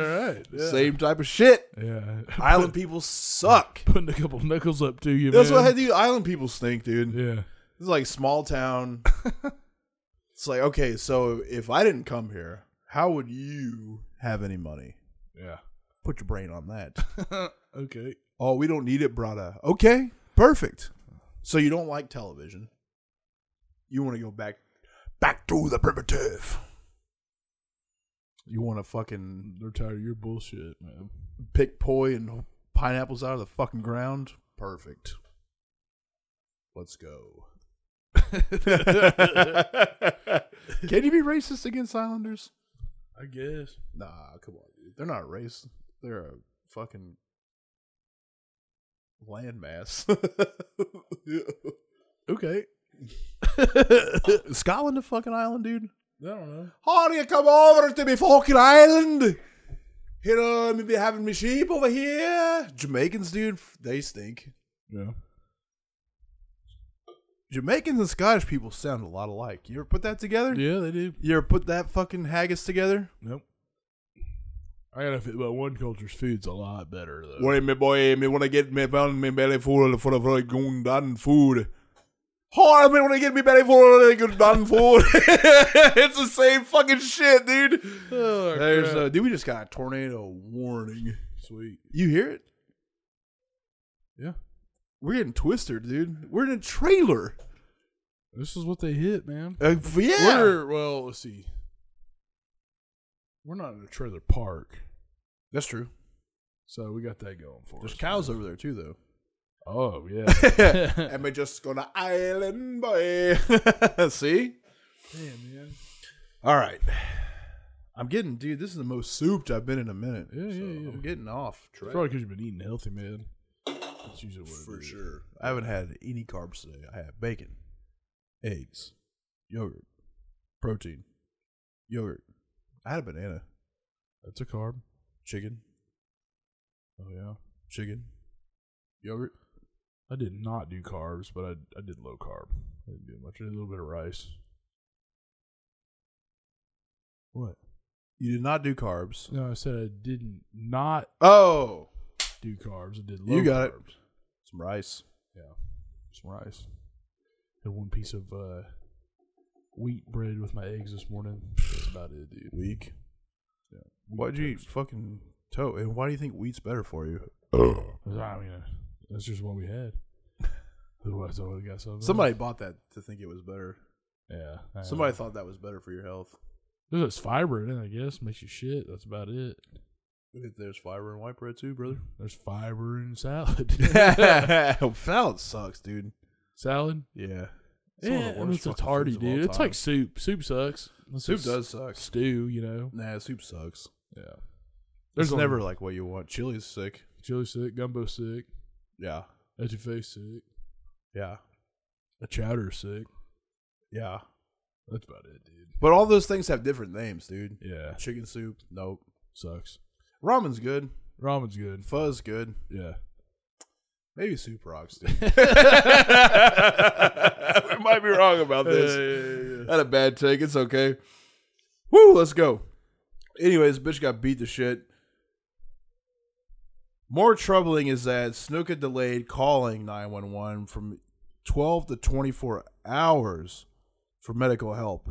A: right. Yeah.
B: Same type of shit.
A: Yeah.
B: Island people suck.
A: Putting a couple knuckles up to you.
B: That's
A: man.
B: what the island people think, dude.
A: Yeah.
B: It's like small town. it's like, okay, so if I didn't come here, how would you have any money?
A: Yeah.
B: Put your brain on that.
A: okay.
B: Oh, we don't need it, brada. Okay, perfect. So you don't like television. You want to go back back to the primitive. You want to fucking
A: They're tired of your bullshit, man.
B: pick poi and pineapples out of the fucking ground? Perfect. Let's go. Can you be racist against Islanders?
A: I guess.
B: Nah, come on. Dude. They're not racist. They're a fucking landmass.
A: Okay.
B: Scotland a fucking island, dude?
A: I don't know.
B: Honey, come over to me fucking island. You know, maybe having me sheep over here. Jamaicans, dude, they stink.
A: Yeah.
B: Jamaicans and Scottish people sound a lot alike. You ever put that together?
A: Yeah, they do.
B: You ever put that fucking haggis together?
A: Nope. I gotta fit but one culture's food's a lot better though.
B: Wait, me boy, me wanna get me found me belly full for the for good done food. Oh, me wanna get me belly full of good done food. it's the same fucking shit, dude.
A: Oh,
B: There's
A: crap.
B: uh, dude, we just got a tornado warning.
A: Sweet.
B: You hear it?
A: Yeah.
B: We're getting twisted, dude. We're in a trailer.
A: This is what they hit, man.
B: Uh, f- yeah.
A: We're well, let's see. We're not in a trailer park,
B: That's true.
A: so we got that going for
B: There's
A: us.
B: cows over there too, though.
A: Oh yeah.
B: Am I just gonna island boy? See?
A: Damn man.
B: All right. I'm getting, dude. This is the most souped I've been in a minute.
A: Yeah, yeah, yeah.
B: I'm getting off track.
A: Probably because you've been eating healthy, man. That's usually what it
B: for
A: is.
B: sure. I haven't had any carbs today. I had bacon, eggs, yogurt, protein, yogurt. I had a banana,
A: That's a carb.
B: chicken,
A: Oh yeah.
B: chicken, yogurt.
A: I did not do carbs, but I I did low carb. I didn't do much. I did a little bit of rice. What?
B: You did not do carbs.
A: No, I said I didn't not
B: Oh,
A: do carbs. I did low
B: you got
A: carbs.
B: it. Some rice.
A: Yeah, some rice. Had one piece of uh, wheat bread with my eggs this morning. That's about it, dude.
B: Weak. Why'd you eat fucking toe? And why do you think wheat's better for you?
A: I mean, uh, that's just what we had. Otherwise, I would have got something.
B: Somebody bought that to think it was better.
A: yeah. I don't
B: Somebody
A: know.
B: thought that was better for your health.
A: There's this fiber in it, I guess. Makes you shit. That's about it.
B: There's fiber in white bread too, brother.
A: There's fiber in salad.
B: Salad sucks, dude.
A: salad.
B: Yeah.
A: yeah, I mean, it's a tardy, dude. It's like soup. Soup sucks. That's
B: soup
A: just
B: does suck.
A: stew. You know.
B: Nah, soup sucks.
A: Yeah.
B: There's
A: only
B: never like what you want. Chili's sick.
A: chili sick, gumbo sick,
B: Yeah.
A: at your face sick,
B: Yeah.
A: a chowder sick.
B: Yeah.
A: That's about it, dude.
B: But all those things have different names, dude.
A: Yeah,
B: Chicken soup, nope.
A: sucks.
B: Ramen's good.
A: Ramen's good.
B: Fuzz good.
A: Yeah,
B: Maybe soup rocks, dude. I might be wrong about this. Had a bad take. It's okay. Woo, let's go. Anyways, bitch got beat to shit. More troubling is that Snuka delayed calling 911 from 12 to 24 hours for medical help,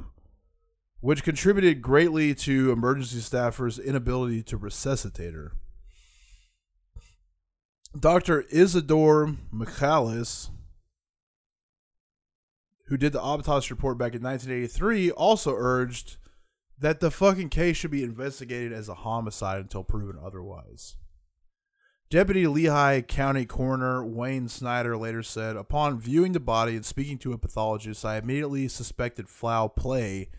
B: which contributed greatly to emergency staffers' inability to resuscitate her. Dr. Isidore Michalis, who did the autopsy report back in 1983, also urged that the fucking case should be investigated as a homicide until proven otherwise. Deputy Lehigh County Coroner Wayne Snyder later said, Upon viewing the body and speaking to a pathologist, I immediately suspected foul play,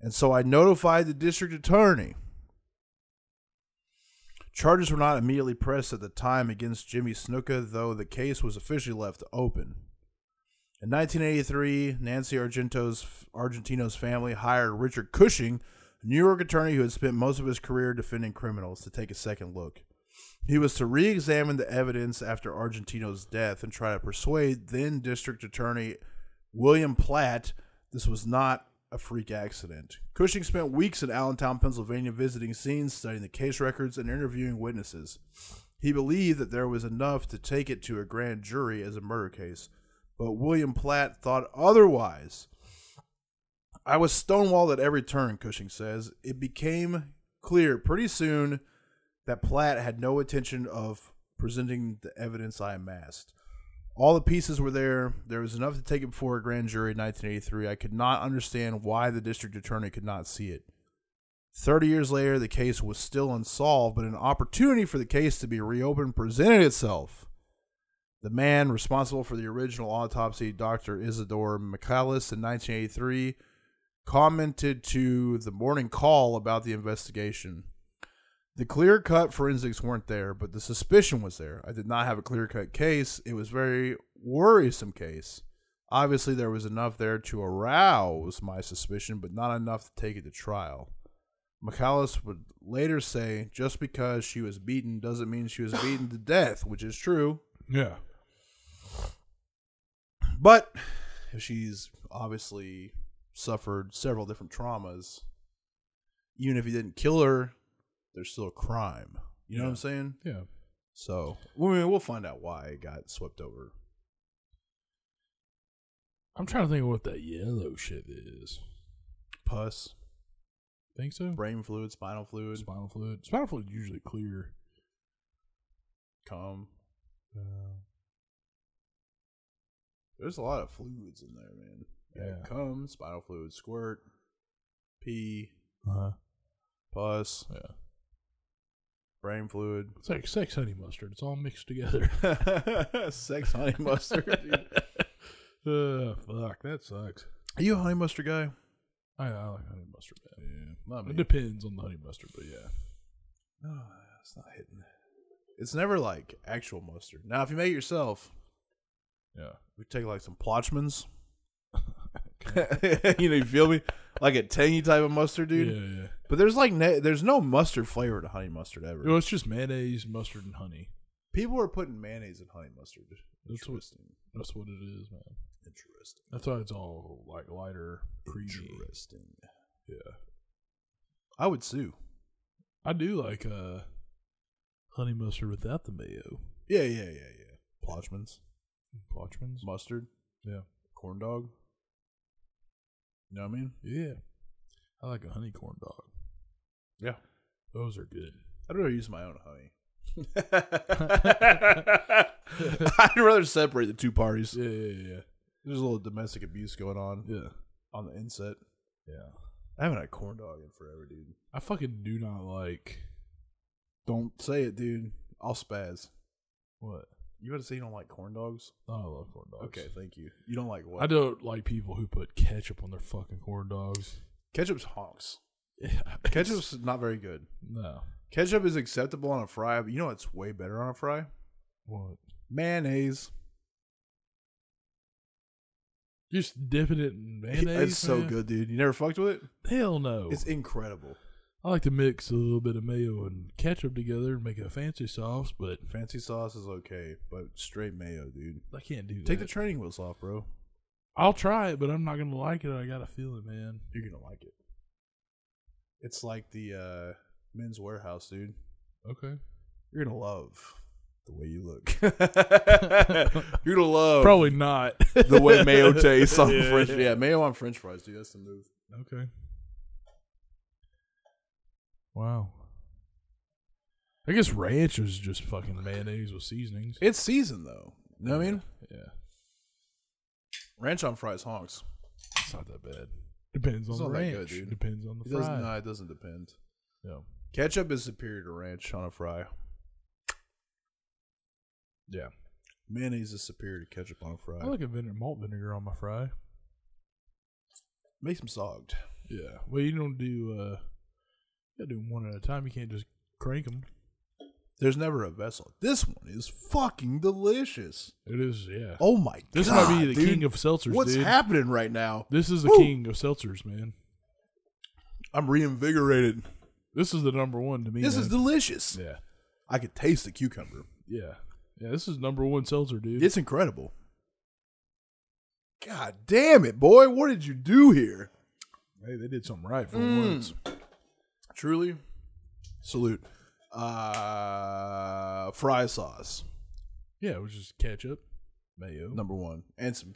B: and so I notified the district attorney. Charges were not immediately pressed at the time against Jimmy Snuka, though the case was officially left open. In 1983, Nancy Argento's, Argentino's family hired Richard Cushing, a New York attorney who had spent most of his career defending criminals, to take a second look. He was to re examine the evidence after Argentino's death and try to persuade then District Attorney William Platt this was not a freak accident. Cushing spent weeks in Allentown, Pennsylvania, visiting scenes, studying the case records, and interviewing witnesses. He believed that there was enough to take it to a grand jury as a murder case, but William Platt thought otherwise. I was stonewalled at every turn, Cushing says. It became clear pretty soon that Platt had no intention of presenting the evidence I amassed. All the pieces were there. There was enough to take it before a grand jury in 1983. I could not understand why the district attorney could not see it. 30 years later, the case was still unsolved, but an opportunity for the case to be reopened presented itself. The man responsible for the original autopsy, Dr. Isidore Michalis, in 1983, commented to the morning call about the investigation. The clear cut forensics weren't there, but the suspicion was there. I did not have a clear cut case. It was very worrisome case. Obviously, there was enough there to arouse my suspicion, but not enough to take it to trial. McAllis would later say, just because she was beaten doesn't mean she was beaten to death, which is true.
A: yeah.
B: But she's obviously suffered several different traumas. Even if you didn't kill her, there's still a crime. You know what I'm saying?
A: Yeah.
B: So I mean, we'll find out why it got swept over.
A: I'm trying to think of what that yellow shit is.
B: Pus,
A: Think so?
B: brain fluid, spinal fluid,
A: Spinal fluid. Spinal fluid usually clear.
B: cum.
A: Uh,
B: There's a lot of fluids in there, man. Yeah,
A: Yeah.
B: cum, spinal fluid, squirt, pee,
A: uh-huh.
B: pus,
A: Yeah.
B: brain fluid,
A: It's like sex honey mustard. It's all mixed together.
B: sex, honey mustard. dude.
A: uh, fuck, that sucks.
B: Are you a honey mustard guy?
A: I, I like honey mustard. Man.
B: I mean,
A: It depends on the honey mustard, but yeah.
B: No, it's not hitting. It's never like actual mustard. Now, if you make it yourself,
A: Yeah.
B: we take like some Plotchmans. you know, you feel me? Like a tangy type of mustard, dude.
A: Yeah, yeah.
B: But there's like ne- there's no mustard flavor to honey mustard ever.
A: Well, it's just mayonnaise, mustard, and honey.
B: People are putting mayonnaise in honey mustard.
A: That's what,
B: Interesting.
A: that's what it is, man.
B: Interesting.
A: That's why it's all like lighter, creamy.
B: Interesting.
A: Yeah.
B: I would sue.
A: I do like uh, honey mustard without the mayo.
B: Yeah, yeah, yeah, yeah. Plotchmans,
A: Parchments.
B: mustard,
A: Yeah.
B: corn dog. You know what I mean?
A: Yeah. I like a honey corn dog.
B: Yeah.
A: Those are good.
B: I'd rather use my own honey. I'd rather separate the two parties.
A: Yeah, yeah, yeah.
B: There's a little domestic abuse going on
A: Yeah.
B: on the inset.
A: Yeah.
B: I haven't had corn dog in forever, dude.
A: I fucking do not like
B: Don't say it, dude. I'll spaz.
A: what?
B: You better say you don't like corn dogs.
A: Oh, I love corn dogs.
B: Okay, thank you. You don't like what?
A: I don't like people who put ketchup on their fucking corn dogs.
B: Ketchup's honks.
A: Yeah.
B: Ketchup's not very good.
A: No.
B: Ketchup is acceptable on a fry, but you know what's way better on a fry?
A: What?
B: Mayonnaise.
A: Just dipping it in
B: It-
A: mayonnaise.
B: it's so
A: man?
B: good, dude. You never fucked with it?
A: Hell no.
B: It's incredible.
A: I like to mix a little bit of mayo and ketchup together and make a fancy sauce, but
B: Fancy sauce is okay, but straight mayo, dude.
A: I can't do that.
B: Take the training wheels off, bro.
A: I'll try it, but I'm not gonna like it. I gotta feel it, man.
B: You're gonna like it. It's like the uh, men's warehouse, dude.
A: Okay.
B: You're gonna love the way you look. You're gonna love
A: Oh. Probably not.
B: the way mayo tastes on
A: Yeah.
B: French. Yeah, mayo on French fries, dude. That's the move.
A: Okay. Wow. I guess ranch is just fucking mayonnaise with seasonings.
B: It's seasoned though. You know what I mean?
A: Yeah.
B: Ranch on fries honks.
A: It's not that bad. Depends on
B: It's
A: the
B: not that
A: ranch.
B: good, dude.
A: Depends on the
B: It
A: fry.
B: doesn't. No, it doesn't depend.
A: Yeah.
B: Ketchup is superior to ranch on a fry.
A: Yeah.
B: Mayonnaise is superior to ketchup on a fry.
A: I like a vinegar, malt vinegar on my fry.
B: Makes them sogged.
A: Yeah. Well, you don't do. uh You gotta do 'em one at a time. You can't just crank them.
B: There's never a vessel. This one is fucking delicious.
A: It is. Yeah.
B: Oh my god.
A: This might be the
B: dude.
A: king of seltzers,
B: What's
A: dude.
B: happening right now?
A: This is the
B: Woo!
A: king of seltzers, man.
B: I'm reinvigorated.
A: This is the number one to me.
B: This
A: man.
B: is delicious.
A: yeah,
B: I could taste the cucumber.
A: yeah, yeah. This is number one seltzer, dude.
B: It's incredible. God damn it, boy. What did you do here?
A: hey, they did something right for
B: Mm.
A: once.
B: Truly. Salute. Uh fry sauce.
A: Yeah, which is ketchup, mayo,
B: Number one. And some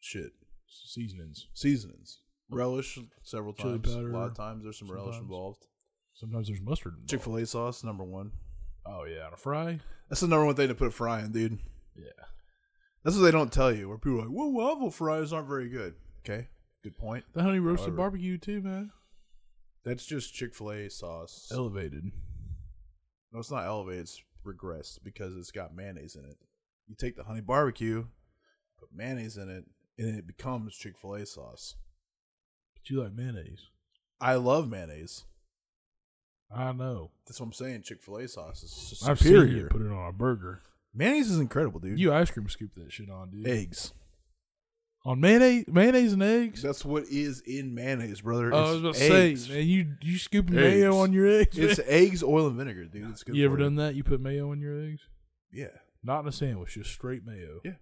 B: shit.
A: seasonings.
B: Seasonings. Relish several
A: Chili
B: times.
A: powder.
B: a lot of times there's some relish
A: Sometimes.
B: involved.
A: Sometimes there's mustard. involved.
B: Chick fil A sauce, number one.
A: Oh yeah, on a fry.
B: That's the number one thing to put a fry in, dude.
A: Yeah,
B: That's what they don't tell you. Where people are like, well, waffle fries aren't very good. Okay, good point.
A: the honey roasted
B: However-
A: barbecue too, man.
B: That's just Chick Fil A sauce.
A: Elevated.
B: no, it's not elevated. It's regressed because it's got mayonnaise in it. You take the honey barbecue, put mayonnaise in it, and it becomes Chick Fil A sauce.
A: But you like mayonnaise.
B: I love mayonnaise.
A: I know.
B: That's what I'm saying. Chick Fil A sauce is
A: I've seen you
B: superior.
A: put it on a burger.
B: Mayonnaise is incredible, dude.
A: You ice cream scoop that shit on, dude.
B: eggs.
A: On mayonnaise, mayonnaise and eggs.
B: That's what is in mayonnaise, brother.
A: Oh, I was
B: It's
A: about to
B: eggs.
A: say, man, you you scoop
B: Eggs.
A: mayo on your eggs.
B: It's
A: man.
B: eggs, oil, and vinegar, dude. It's good.
A: you ever
B: for
A: done that? You put mayo on your eggs?
B: Yeah.
A: Not in a sandwich, just straight mayo.
B: Yeah.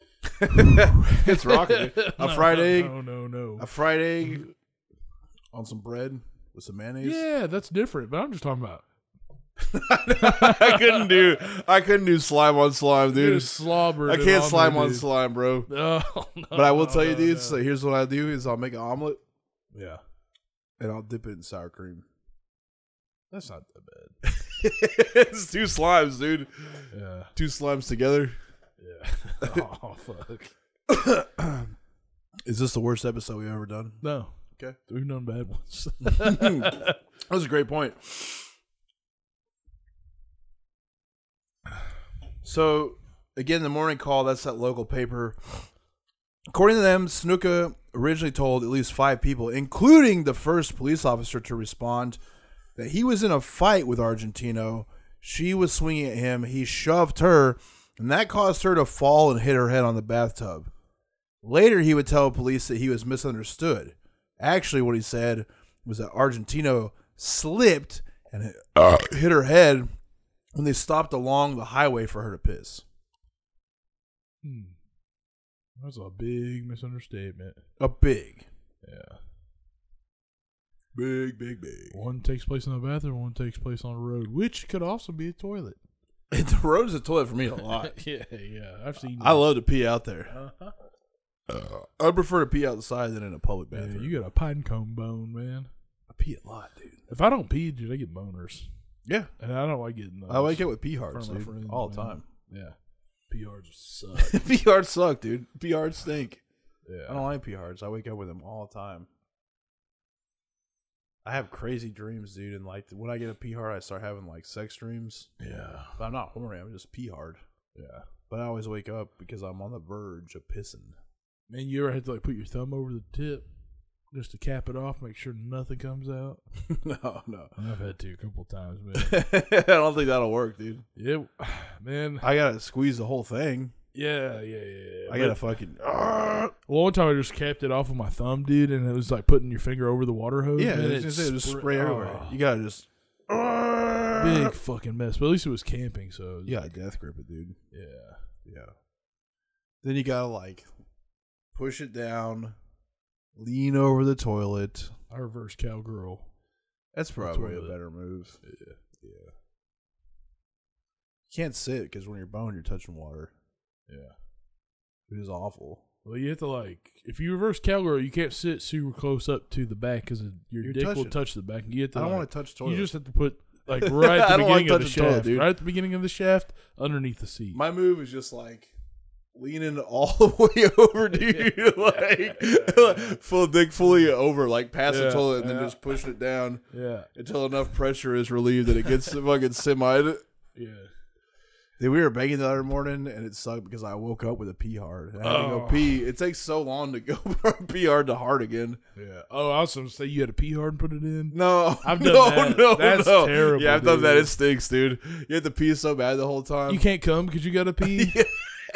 B: it's rocking. dude. A
A: No,
B: fried egg,
A: No, no, no.
B: a fried egg on some bread with some mayonnaise.
A: yeah, that's different. But I'm just talking about
B: I couldn't do. I couldn't do slime on slime,
A: dude,
B: dude.
A: slobber.
B: I can't slime on slime, bro.
A: Oh, no,
B: But I will
A: no,
B: tell you,
A: no,
B: dude.
A: no.
B: So here's what I do: is I'll make an omelet
A: yeah,
B: and I'll dip it in sour cream.
A: that's not that
B: it's two slimes, dude.
A: bad. Yeah,
B: Two slimes together.
A: yeah. oh fuck.
B: Is this the worst episode we've ever done?
A: No,
B: Okay,
A: we've done bad ones.
B: that was a great point. So again, the morning call. That's that local paper. According to them, Snuka originally told at least five people, including the first police officer to respond, that he was in a fight with Argentino. She was swinging at him. He shoved her, and that caused her to fall and hit her head on the bathtub. Later, he would tell police that he was misunderstood. Actually, what he said was that Argentino slipped and it hit her head when they stopped along the highway for her to piss.
A: Hmm. That's a big misunderstatement.
B: A big.
A: Yeah.
B: Big, big, big.
A: One takes place in the bathroom, one takes place on a road, which could also be a toilet.
B: the road is a toilet for me a lot.
A: yeah, yeah. I've seen
B: I love to pee out there.
A: uh
B: I prefer to pee outside than in a public
A: Man,
B: bathroom.
A: you got a pine cone bone, man.
B: I pee a lot, dude.
A: If I don't pee, dude, I get boners.
B: Yeah.
A: And I don't like getting those.
B: I wake up with pee
A: Front
B: hearts,
A: of my
B: dude,
A: friends,
B: all the
A: man.
B: time.
A: Yeah. Pee hard suck.
B: pee hearts suck, dude. Pee hearts stink.
A: yeah.
B: I don't like pee hearts. I wake up with them all the time. I have crazy dreams, dude, and like when I get a pee heart, I start having like sex dreams.
A: yeah.
B: But I'm not horny. I'm just pee hard.
A: Yeah.
B: But I always wake up because I'm on the verge of pissing.
A: Man, you ever had to like put your thumb over the tip just to cap it off, make sure nothing comes out?
B: no, no.
A: I've had to a couple times, man.
B: I don't think that'll work, dude.
A: yeah, man.
B: I gotta squeeze the whole thing.
A: Yeah, yeah, yeah.
B: I gotta fucking.
A: Well, one time I just capped it off with my thumb, dude, and it was like putting your finger over the water hose.
B: yeah,
A: man.
B: it's, it's, just
A: spr-
B: spray everywhere.
A: Oh,
B: You gotta just.
A: big fucking mess. But at least it was camping, so it was-
B: You gotta death grip it, dude.
A: yeah.
B: Yeah. Then you gotta like push it down, lean over the toilet.
A: I reverse cowgirl.
B: That's probably
A: toilet.
B: a better move. Yeah. Yeah. You can't sit because when you're boned, you're touching water.
A: Yeah.
B: It is awful.
A: Well, you have to like if you reverse cowgirl, you can't sit super close up to the back because your
B: You're
A: dick will
B: touching.
A: touch the back. You have to.
B: I don't
A: like,
B: want to touch toilet.
A: You just have to put like right at
B: I
A: the
B: don't wanna
A: beginning of the
B: touch the toilet,
A: shaft,
B: dude.
A: right at the beginning of the shaft, underneath the seat.
B: My move is just like leaning all the way over, dude. like full dick fully over, like past
A: Yeah,
B: the toilet and
A: yeah.
B: then just pushing it down
A: yeah,
B: until enough pressure is relieved that it gets the fucking semi.
A: yeah.
B: Dude, we were baking the other morning and it sucked because I woke up with a pee hard. And I had to
A: Oh.
B: go pee. It takes so long to go from pee hard to hard again.
A: Yeah. Oh, I was going to say you had to pee hard and put it in.
B: No,
A: I've done
B: no,
A: that.
B: no,
A: That's
B: no.
A: terrible,
B: Yeah, I've done that.
A: dude.
B: It stinks, dude. You have to pee so bad the whole time.
A: You can't come because you got to pee.
B: It's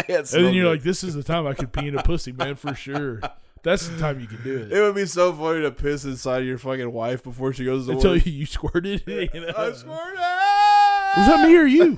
A: And
B: so
A: then you're
B: good.
A: like, this is the time I could pee in a pussy, man, for sure. That's the time you can do
B: It
A: it.
B: would be so funny to piss inside your fucking wife before she goes to
A: Until
B: work.
A: you, you squirted it. You know?
B: I
A: Was
B: swear
A: that me or you?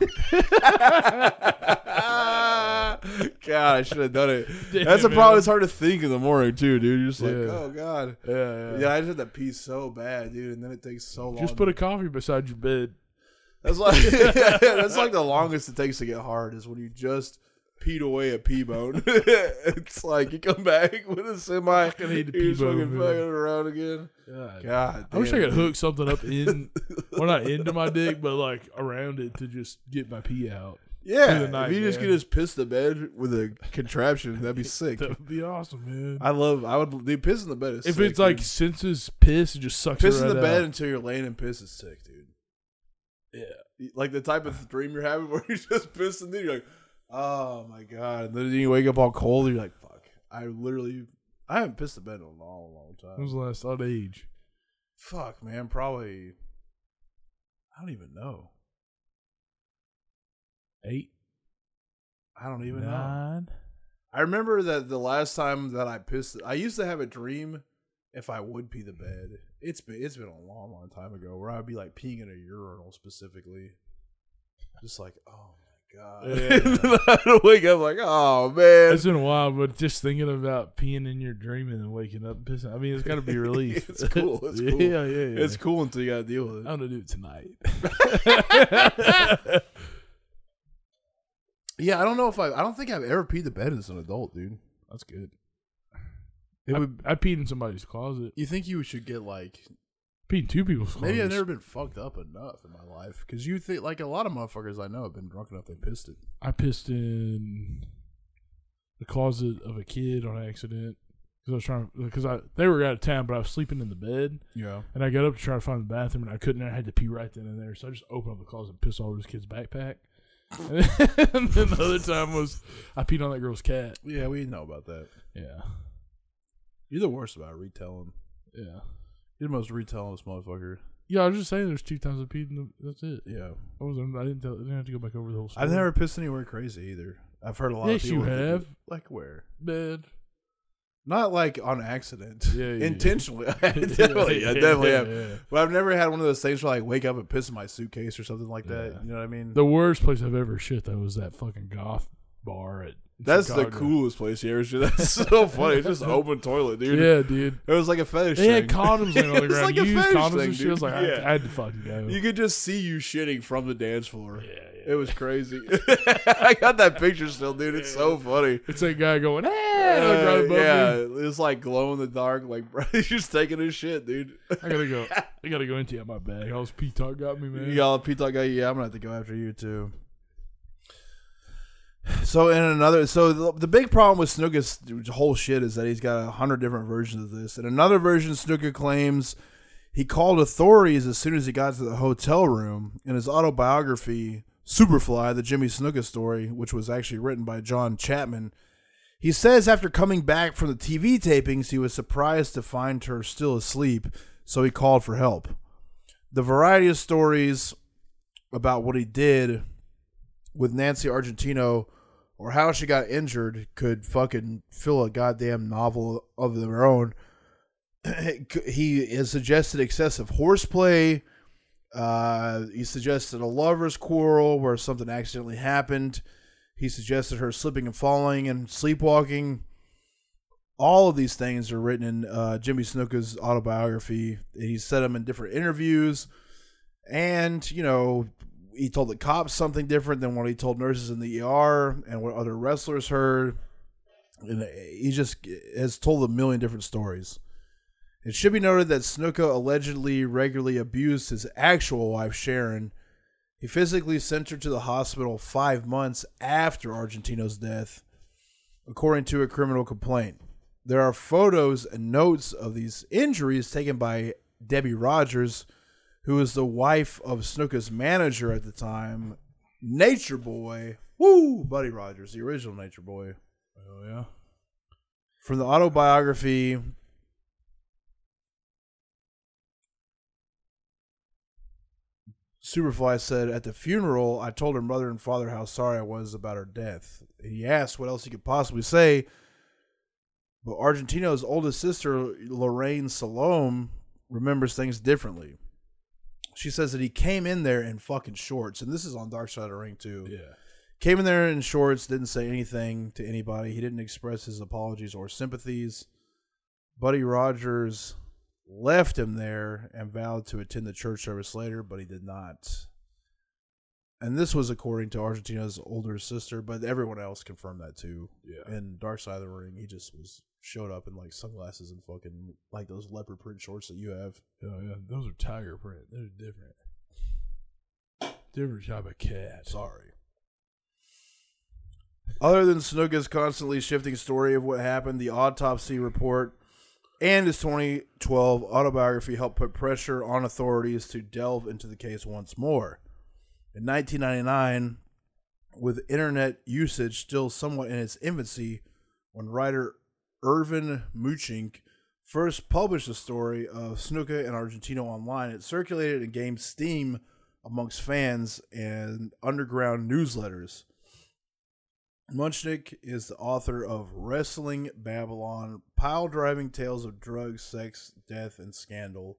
B: to- God, I should have done it.
A: Damn,
B: That's the
A: man.
B: problem. It's hard to think in the morning too, dude. You're just like,
A: Yeah.
B: oh god.
A: Yeah, yeah.
B: Yeah, I just had to pee so bad, dude, and then it takes so long.
A: Just put a coffee beside your bed.
B: that's like that's like the longest it takes to get hard is when you just peed away a pee bone. it's like you come back with a semi,
A: Fucking hate the
B: you're
A: pee
B: just fucking
A: bone, man.
B: fucking around again.
A: God.
B: God,
A: I wish I
B: damn.
A: could hook something up in, well, not into my dick, but like around it to just get my pee out.
B: Yeah,
A: through the night,
B: if you just
A: man.
B: could just piss the bed with a contraption, that'd be sick.
A: That would be awesome, man.
B: I love. I would dude, piss in the bed. Is
A: if
B: sick,
A: it's like
B: dude.
A: senses piss, it just sucks. it
B: piss in
A: right
B: the bed
A: out.
B: until you're laying and piss is sick, dude.
A: Yeah.
B: Like the type of dream you're having where you're just pissed and then you're like, oh my god, and then you wake up all cold. and You're like, fuck. I literally, I haven't pissed the bed in a long, long
A: When was
B: time.
A: the last odd age?
B: Fuck, man. Probably. I don't even know.
A: Eight,
B: I don't even know.
A: nine.
B: I remember that the last time that I pissed, I used to have a dream if I would pee the bed. It's been it's been a long, long time ago where I'd be like peeing in a urinal specifically, just like oh my god.
A: Yeah.
B: And then I'd wake up like oh man.
A: It's been a while, but just thinking about peeing in your dream and then waking up and pissing. I mean, it's got to be a relief.
B: It's cool, it's
A: yeah,
B: cool.
A: yeah, yeah.
B: It's cool until you gotta deal with it.
A: I'm gonna do it tonight.
B: Yeah, I don't know if I. I don't think I've ever peed the bed as an adult, dude.
A: That's good.
B: It
A: I,
B: would.
A: I peed in somebody's closet.
B: You think you should get like
A: Peed in two people's closets.
B: maybe I've never been fucked up enough in my life because you think like a lot of motherfuckers I know have been drunk enough they pissed it.
A: I pissed in the closet of a kid on accident because I was trying because I they were out of town, but I was sleeping in the bed.
B: Yeah.
A: And I got up to try to find the bathroom, and I couldn't. and I had to pee right then and there, so I just opened up the closet and pissed all over this kid's backpack. And then, and then the other time was I peed on that girl's cat.
B: Yeah, we know about that.
A: Yeah.
G: You're the worst about retelling.
A: Yeah.
G: You're the most retelling this motherfucker.
A: Yeah, I was just saying there's two times I peed and that's it.
G: Yeah.
A: I was I didn't tell, I didn't have to go back over the whole story.
G: I've never pissed anywhere crazy either. I've heard a lot
A: Yes,
G: of
A: you
G: people. that do-
A: have.
G: Like where?
A: bed.
G: Not like on accident.
A: Yeah, yeah,
G: Intentionally. I definitely, I definitely have.
A: Yeah.
G: But I've never had one of those things where I like wake up and piss in my suitcase or something like that.
A: Yeah.
G: You know what I mean?
A: The worst place I've ever shit though was that fucking goth bar at
G: That's
A: Chicago.
G: the coolest place you ever shit. That's so funny. It's just open toilet, dude.
A: Yeah, dude.
G: It was like a fetish
A: They had
G: thing.
A: condoms laying on the
G: It's
A: ground.
G: like a
A: used
G: fetish
A: condoms
G: thing,
A: and shit. I was
G: dude.
A: like, I-
G: Yeah.
A: I, had to fucking go.
G: You could just see you shitting from the dance floor.
A: yeah, yeah.
G: It was crazy. I got that picture still, dude. It's so funny.
A: It's that guy going, "Ah," hey, like right
G: Uh,
A: above
G: yeah,
A: me.
G: it's like glow in the dark. Like bro, he's just taking his shit, dude.
A: I gotta go. I gotta go empty out my bag. All this P talk got me, man.
G: You got a Pete guy. oh, Yeah, I'm gonna have to go after you too. So in another, so the, the big problem with Snooker's whole shit is that he's got a hundred different versions of this. In another version, Snooker claims he called authorities as soon as he got to the hotel room. In his autobiography, Superfly: The Jimmy Snooker Story, which was actually written by John Chapman, he says after coming back from the TV tapings, he was surprised to find her still asleep, so he called for help the variety of stories about what he did with Nancy Argentino or how she got injured could fucking fill a goddamn novel of their own. he has suggested excessive horseplay. Uh, he suggested a lover's quarrel where something accidentally happened. He suggested her slipping and falling and sleepwalking. All of these things are written in uh, Jimmy Snuka's autobiography. He said them in different interviews. And, you know, he told the cops something different than what he told nurses in the ER and what other wrestlers heard. And he just has told a million different stories. It should be noted that Snuka allegedly regularly abused his actual wife, Sharon. He physically sent her to the hospital five months after Argentino's death, according to a criminal complaint. There are photos and notes of these injuries taken by Debbie Rogers, who was the wife of Snooker's manager at the time, Nature Boy. Woo! Buddy Rogers, the original Nature Boy.
A: Oh yeah.
G: From the autobiography. Superfly said, At the funeral, I told her mother and father how sorry I was about her death. He asked what else he could possibly say, but Argentino's oldest sister, Lorraine Salome, remembers things differently. She says that he came in there in fucking shorts, and this is on Dark Side of the Ring, too
A: Yeah.
G: came in there in shorts, didn't say anything to anybody. He didn't express his apologies or sympathies. Buddy Rogers left him there and vowed to attend the church service later, but he did not. And this was according to Argentina's older sister, but everyone else confirmed that too.
A: Yeah.
G: And Dark Side of the Ring, he just was showed up in like sunglasses and fucking like those leopard print shorts that you have.
A: Oh yeah. Those are tiger print. They're different. Different type of cat.
G: Sorry. Other than Snuka's constantly shifting story of what happened, the autopsy report and his 2012 autobiography helped put pressure on authorities to delve into the case once more. In 1999, with internet usage still somewhat in its infancy, when writer Irvin Muchink first published the story of Snuka and Argentino online, it circulated and gained steam amongst fans and underground newsletters. Munchnik is the author of Wrestling Babylon, Pile Driving Tales of Drugs, Sex, Death, and Scandal.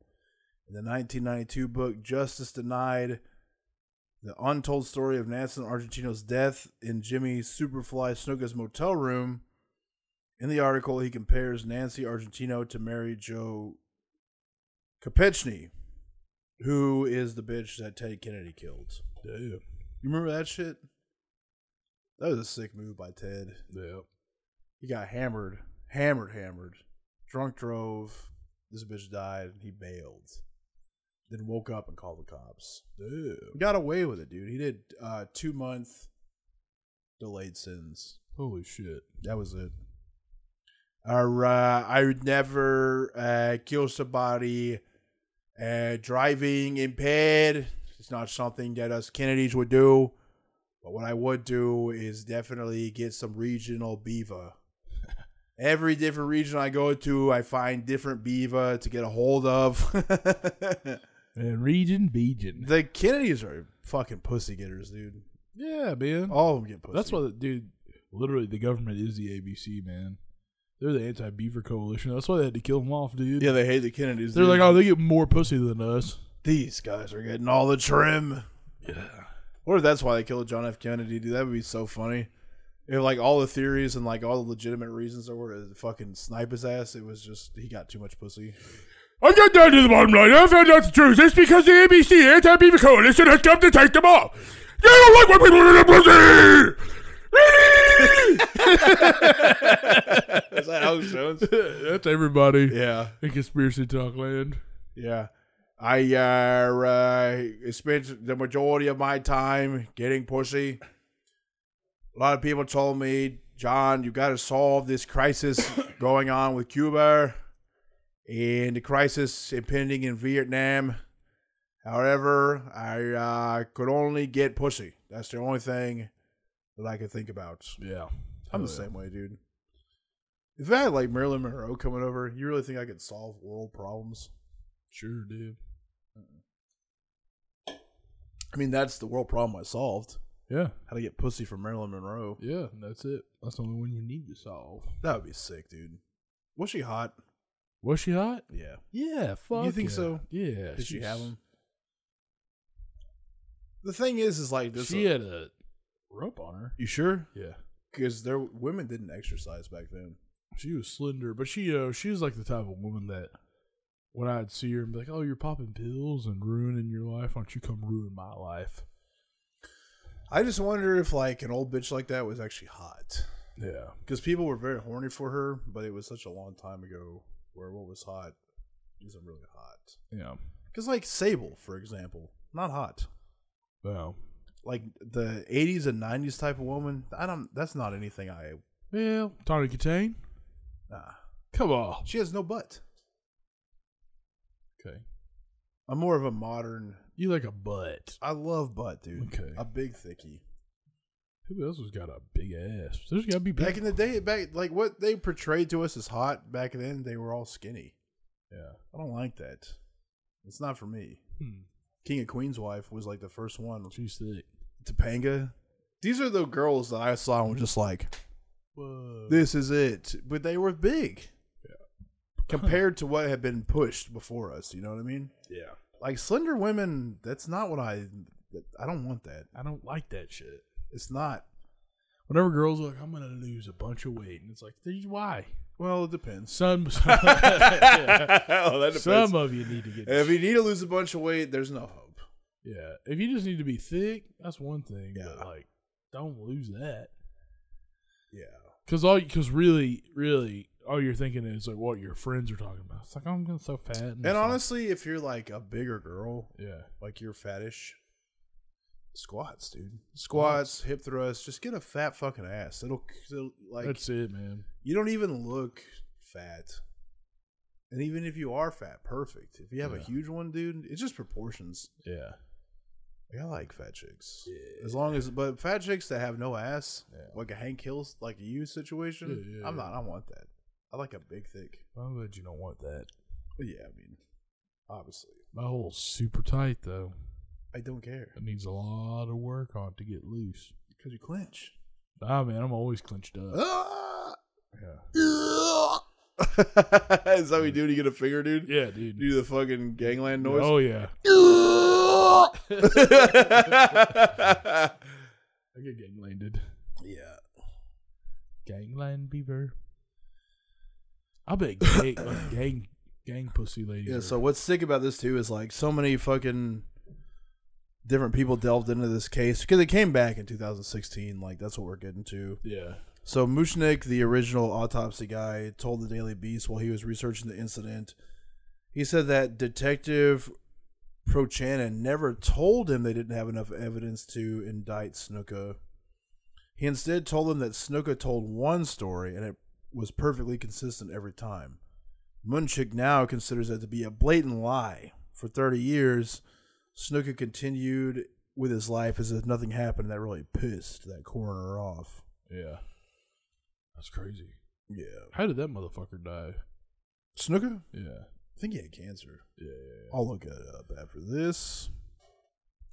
G: In the 1992 book Justice Denied, the untold story of Nancy Argentino's death in Jimmy Superfly Snuka's motel room. In the article, he compares Nancy Argentino to Mary Jo Kopechne, who is the bitch that Ted Kennedy killed.
A: Damn.
G: You remember that shit? That was a sick move by Ted.
A: Yeah.
G: He got hammered, hammered, hammered. Drunk drove. This bitch died. He bailed. Then woke up and called the cops.
A: Yeah.
G: Got away with it, dude. He did uh, two month delayed sins.
A: Holy shit.
G: That was it. Or uh, I would never uh, kill somebody uh, driving impaired. It's not something that us Kennedys would do. But what I would do is definitely get some regional beaver Every different region I go to, I find different Beaver to get a hold of.
A: And region Beejin.
G: the Kennedys are fucking pussy getters, dude.
A: Yeah, man.
G: All of them get Oh, pussy.
A: That's why, the- dude. Literally, the government is the ABC, man. They're the anti-beaver coalition. That's why they had to kill them off, dude.
G: Yeah, they hate the Kennedys.
A: They're
G: dude.
A: like, oh, they get more pussy than us.
G: these guys are getting all the trim.
A: Yeah.
G: What if that's why they killed John F. Kennedy, dude? That would be so funny. If like all the theories and like all the legitimate reasons there were to fucking snipe his ass, it was just he got too much pussy.
A: I got down to the bottom line. I found out the truth. It's because the ABC anti-beaver coalition has come to take them off. They don't like when people are pussy.
G: Is that Alex Jones?
A: That's everybody
G: yeah,
A: in conspiracy talk land.
G: yeah. I uh, uh spent the majority of my time getting pussy. A lot of people told me, John, you got to solve this crisis going on with Cuba and the crisis impending in Vietnam. However, I uh, could only get pussy. That's the only thing that I could think about.
A: Yeah,
G: I'm the same way, dude. If I had like Marilyn Monroe coming over, you really think I could solve world problems?
A: Sure, dude.
G: I mean, that's the world problem I solved.
A: Yeah,
G: How to get pussy from Marilyn Monroe.
A: yeah. That's it. That's the only one you need to solve.
G: That would be sick, dude. Was she hot?
A: Was she hot?
G: Yeah.
A: Yeah, fuck.
G: think
A: yeah.
G: so?
A: Yeah.
G: Did she
A: she's-
G: have him? The thing is, is like this.
A: She had a rope on her.
G: you sure?
A: Yeah.
G: Because there women didn't exercise back then.
A: She was slender, but she uh, she was like the type of woman that when I'd see her and be like, "Oh, you're popping pills and ruining your life. Why don't you come ruin my life?"
G: I just wonder if like an old bitch like that was actually hot.
A: Yeah,
G: Because people were very horny for her, but it was such a long time ago where what was hot isn't really hot.
A: yeah.
G: Because like Sable, for example, not hot.
A: Wow.
G: Like the '80s and '90s type of woman. I don't. That's not anything I.
A: Well, Tawny Katane,
G: Nah.
A: come on.
G: She has no butt.
A: Okay,
G: I'm more of a modern.
A: you like a butt.
G: I love butt, dude.
A: Okay.
G: A big thickie.
A: Who else has got a big ass? There's got to be
G: Back
A: big.
G: in the day, back like what they portrayed to us as hot back then, they were all skinny.
A: yeah.
G: I don't like that. It's not for me.
A: Hmm.
G: King of Queens' wife was like the first one.
A: She's thick.
G: Topanga. These are the girls that I saw and was just like,
A: Whoa.
G: this is it. But they were big. Compared to what had been pushed before us, you know what I mean?
A: yeah.
G: Like slender women, that's not what I. I don't want that.
A: I don't like that shit.
G: It's not.
A: Whenever girls are like, "I'm gonna lose a bunch of weight," and it's like, "Dude, "Why?"
G: Well, it depends.
A: Some
G: oh, that
A: some of you need to get.
G: If you need to lose a bunch of weight, there's no hope.
A: Yeah, if you just need to be thick, that's one thing.
G: Yeah.
A: But like, don't lose that
G: Yeah.
A: because all because really, really, all you're thinking is like what your friends are talking about. It's like I'm getting so fat. And, it's
G: And
A: like-
G: honestly, if you're like a bigger girl,
A: yeah,
G: like you're fattish, squats, dude. Squats, hip thrusts. Just get a fat fucking ass. It'll, it'll like
A: that's it, man.
G: you don't even look fat. And even if you are fat, perfect. If you have a
A: Yeah.
G: huge one, dude, it's just proportions.
A: Yeah,
G: Like, I like fat chicks. As long as, but fat chicks that have no ass,
A: Yeah.
G: like a Hank Hill's, like a you situation,
A: Yeah, yeah,
G: I'm
A: yeah.
G: not. I want that. I like a big, thick.
A: I'm glad you don't want that.
G: But yeah, I mean, obviously,
A: My hole's super tight though.
G: I don't care
A: It needs a lot of work on it to get loose.
G: because you clench.
A: Nah, man, I'm always clenched up.
G: Ah!
A: Yeah,
G: Is that what you do when you get a finger, dude?
A: yeah, dude.
G: You do the fucking gangland noise.
A: Oh yeah, I get ganglanded.
G: yeah.
A: Gangland beaver. I bet gang, like, gang, gang pussy ladies.
G: Yeah.
A: are-
G: So what's sick about this too is like so many fucking different people delved into this case because it came back in 2016. Like that's what we're getting to.
A: yeah,
G: So Mushnick, the original autopsy guy, told the Daily Beast while he was researching the incident. He said that Detective Prochanan never told him they didn't have enough evidence to indict Snuka. He instead told them that Snuka told one story and it was perfectly consistent every time. Munchik now considers that to be a blatant lie. For 30 years, Snuka continued with his life as if nothing happened. That really pissed that coroner off.
A: yeah. That's crazy.
G: Yeah.
A: How did that motherfucker die?
G: Snooker?
A: Yeah.
G: I think he had cancer.
A: Yeah.
G: I'll look it up after this.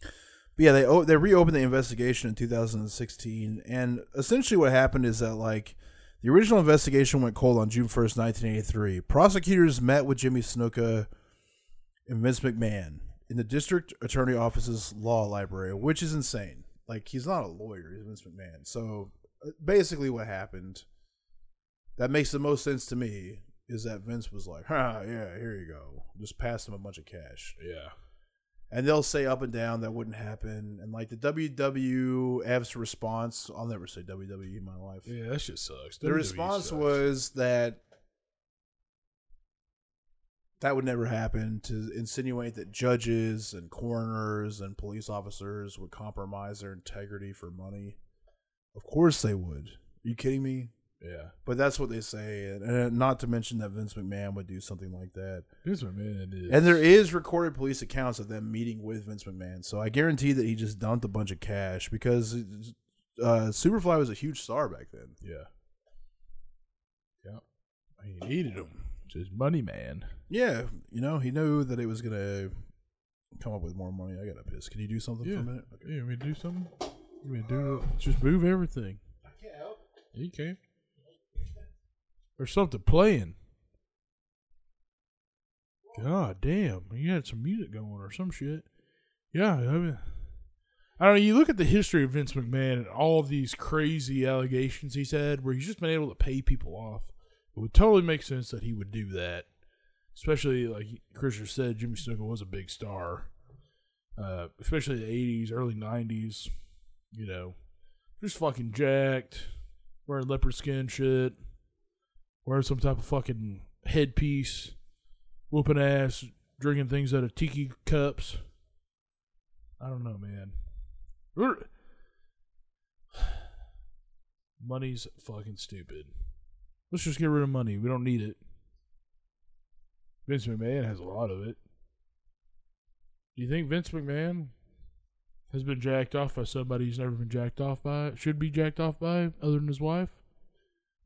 G: But yeah, they o- they reopened the investigation in 2016, and essentially what happened is that like the original investigation went cold on June 1st, 1983. Prosecutors met with Jimmy Snuka and Vince McMahon in the district attorney office's law library, which is insane. Like he's not a lawyer, he's Vince McMahon. So uh, basically, what happened that makes the most sense to me is that Vince was like, "Ha, yeah, here you go," just passed him a bunch of cash
A: Yeah.
G: and they'll say up and down that wouldn't happen and like the WWF's response I'll never say E, WWE in my life.
A: Yeah, that shit sucks.
G: Their
A: WWE
G: response
A: sucks.
G: was that that would never happen to insinuate that judges and coroners and police officers would compromise their integrity for money. Of course they would. Are you kidding me?
A: Yeah.
G: But that's what they say, and- and not to mention that Vince McMahon would do something like that.
A: Vince McMahon is.
G: And e- there is recorded police accounts of them meeting with Vince McMahon. So I guarantee that he just dumped a bunch of cash because uh, Superfly was a huge star back then.
A: Yeah. Yeah. He needed him. Just money man.
G: Yeah, you know, he knew that it was going to come up with more money. I got to piss. Can you do something for a minute?
A: Okay. You want me to do something? You want me to do just move everything? I can't help. You can. There's something playing. God damn, you had some music going or some shit. Yeah, I mean, I don't know. You look at the history of Vince McMahon and all these crazy allegations he's had, where he's just been able to pay people off. It would totally make sense that he would do that, especially like Christian said, Jimmy Snuka was a big star uh, especially the eighties, early nineties, you know, just fucking jacked, wearing leopard skin shit, wearing some type of fucking headpiece, whooping ass, drinking things out of tiki cups. I don't know, man. We're- Money's fucking stupid. Let's just get rid of money. We don't need it. Vince McMahon has a lot of it. Do you think Vince McMahon has been jacked off by somebody he's never been jacked off by? Should be jacked off by other than his wife?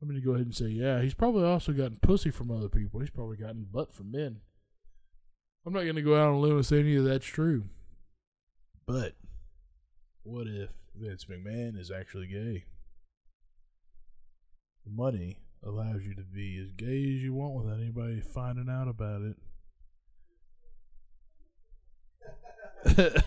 A: I'm going to go ahead and say, yeah. He's probably also gotten pussy from other people. He's probably gotten butt from men. I'm not going to go out on a limb and say any of that's true. But what if Vince McMahon is actually gay? Money allows you to be as gay as you want without anybody finding out about it.
G: Great.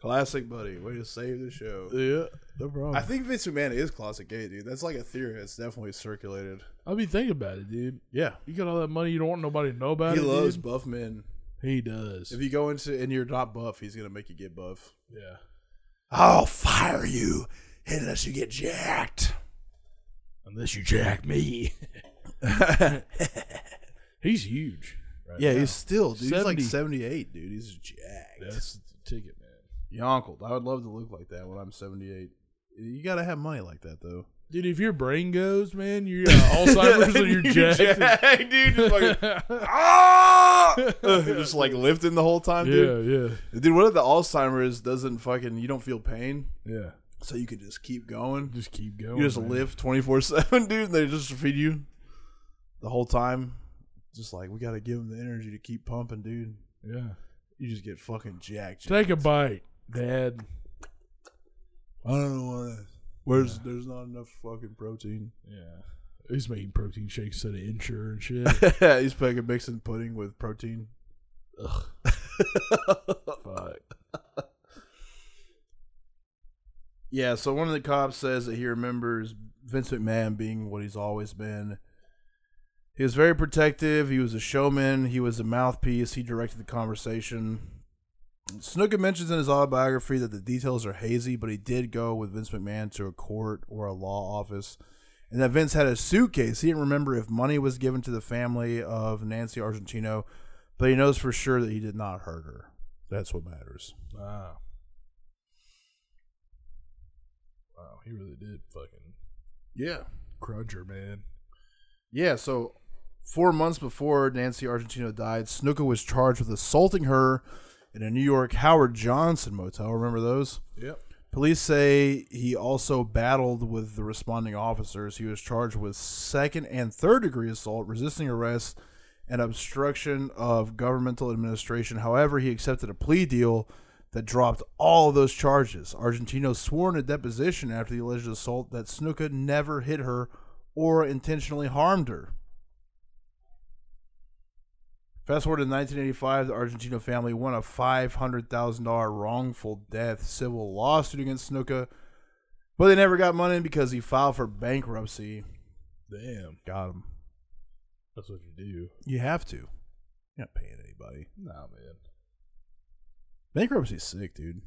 G: classic buddy. Way to save the show.
A: yeah, no problem.
G: I think Vince McMahon is classic gay, dude. That's like a theory that's definitely circulated.
A: I've been thinking about it, dude.
G: Yeah.
A: You got all that money, you don't want nobody to know about
G: He
A: it.
G: loves
A: dude.
G: buff men.
A: He does.
G: If you go into and you're not buff, he's gonna make you get buff.
A: yeah.
B: I'll fire you unless you get jacked.
A: Unless you jack me. he's huge. Right
G: yeah,
A: now.
G: he's still dude. He's like
A: 70.
G: seventy eight, dude. He's jacked.
A: That's the ticket, man.
G: Yonkled. I would love to look like that when I'm seventy eight. You gotta have money like that though.
A: Dude, if your brain goes, man, you got Alzheimer's and you're jacked.
G: jacked, dude. Just like, ah! just like lifting the whole time,
A: yeah,
G: dude.
A: yeah,
G: Dude, what if the Alzheimer's doesn't fucking you don't feel pain,
A: yeah.
G: so you can just keep going.
A: Just keep going.
G: You just
A: man.
G: live twenty four seven, dude. And they just feed you the whole time. Just like we gotta give them the energy to keep pumping, dude.
A: Yeah.
G: You just get fucking jacked.
A: Take a bite, Dad.
G: I don't know why. Where's there's not enough fucking protein.
A: Yeah. He's making protein shakes instead of insure and shit.
G: He's fucking mixing pudding with protein.
A: Fuck.
G: Yeah, so one of the cops says that he remembers Vince McMahon being what he's always been. He was very protective. He was a showman. He was a mouthpiece. He directed the conversation. Snooker mentions in his autobiography that the details are hazy, but he did go with Vince McMahon to a court or a law office, and that Vince had a suitcase. He didn't remember if money was given to the family of Nancy Argentino, but he knows for sure that he did not hurt her. That's what matters.
A: Wow. Wow, he really did fucking
G: Yeah.
A: crunch her, man.
G: Yeah, so four months before Nancy Argentino died, Snooker was charged with assaulting her in a New York Howard Johnson motel. Remember those?
A: Yep.
G: Police say he also battled with the responding officers. He was charged with second and third degree assault, resisting arrest, and obstruction of governmental administration. However, he accepted a plea deal that dropped all of those charges. Argentino swore in a deposition after the alleged assault that Snuka never hit her or intentionally harmed her. Fast forward to 1985, the Argentino family won a $500,000 wrongful death civil lawsuit against Snuka, but they never got money because he filed for bankruptcy.
A: Damn,
G: Got him.
A: that's what you do.
G: You have to. You're not paying anybody.
A: Nah, man.
G: Bankruptcy's sick, dude.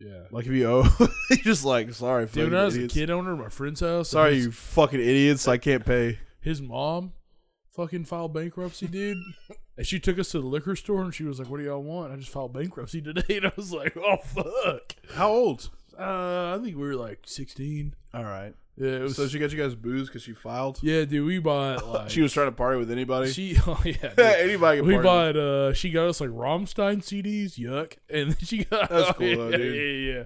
A: Yeah.
G: Like if you owe, you're just like, sorry,
A: Dude,
G: fucking
A: when I was a
G: idiots.
A: kid owner at my friend's house,
G: Sorry,
A: his,
G: you fucking idiots. I can't pay.
A: his mom fucking filed bankruptcy, dude. and she took us to the liquor store and she was like, What do y'all want? I just filed bankruptcy today. And I was like, Oh, fuck.
G: How old?
A: Uh, I think we were like 16.
G: All right.
A: Yeah, it was.
G: So she got you guys booze because she filed.
A: yeah, dude, we bought like.
G: She was trying to party with anybody.
A: she, oh, yeah. dude.
G: anybody can
A: We
G: party.
A: bought. Uh, she got us like Rammstein CDs. Yuck! And then she got.
G: That's cool
A: yeah,
G: though, dude.
A: Yeah, yeah.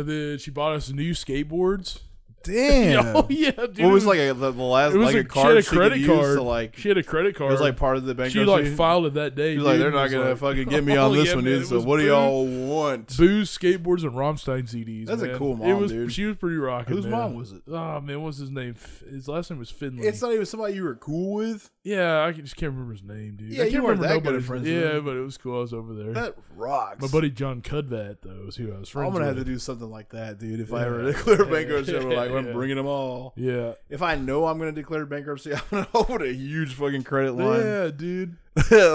A: And then she bought us new skateboards.
G: Damn.
A: Oh yeah, dude.
G: What was like a, the, the last
A: It was
G: like a
A: a,
G: card
A: she had a credit card.
G: to like
A: she had a credit card.
G: it was like part of the bankruptcy.
A: she like filed it that day.
G: She's like
A: dude,
G: they're
A: and
G: not
A: was
G: gonna
A: like,
G: fucking get me on
A: oh,
G: this
A: yeah,
G: one,
A: man,
G: dude.
A: it
G: So
A: was
G: what do
A: boo-
G: y'all want?
A: Booze, skateboards, and Rammstein CDs.
G: That's a
A: man.
G: cool
A: it
G: mom,
A: was,
G: dude.
A: She was pretty rocking.
G: Whose
A: man.
G: mom was it?
A: Oh man, what's his name? F- His last name was Finley.
G: It's not even somebody you were cool with.
A: yeah, I can- just can't remember his name, dude.
G: Yeah,
A: I can't
G: you weren't
A: remember
G: that good of
A: nobody's-
G: friends with
A: Yeah,
G: him.
A: but it was cool. I was over there.
G: That rocks.
A: My buddy John Cudvat, though, is who I was friends
G: I'm gonna
A: with.
G: have to do something like that, dude. If I
A: Yeah.
G: ever declare bankruptcy, I'm like, I'm
A: Yeah.
G: bringing them all.
A: Yeah.
G: If I know I'm gonna declare bankruptcy, I'm gonna open a huge fucking credit line.
A: Yeah, dude.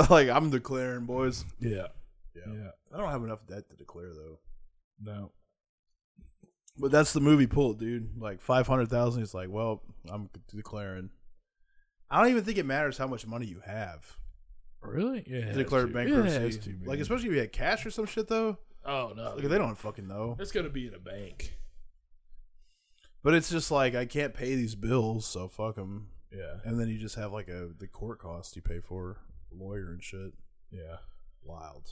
G: like I'm declaring, boys.
A: Yeah.
G: Yeah.
A: Yeah.
G: I don't have enough debt to declare though.
A: No.
G: But that's the movie pull, dude. Like five hundred thousand. It's like, well, I'm declaring. I don't even think it matters how much money you have
A: Really? Yeah. it
G: to
A: has
G: declare
A: to.
G: bankruptcy.
A: It has to, man.
G: like especially if you had cash or some shit though.
A: oh no,
G: Like, they don't fucking know.
A: It's gonna be in a bank.
G: But it's just like I can't pay these bills, so fuck them.
A: Yeah.
G: And then you just have like a the court cost you pay for lawyer and shit.
A: Yeah.
G: Wild.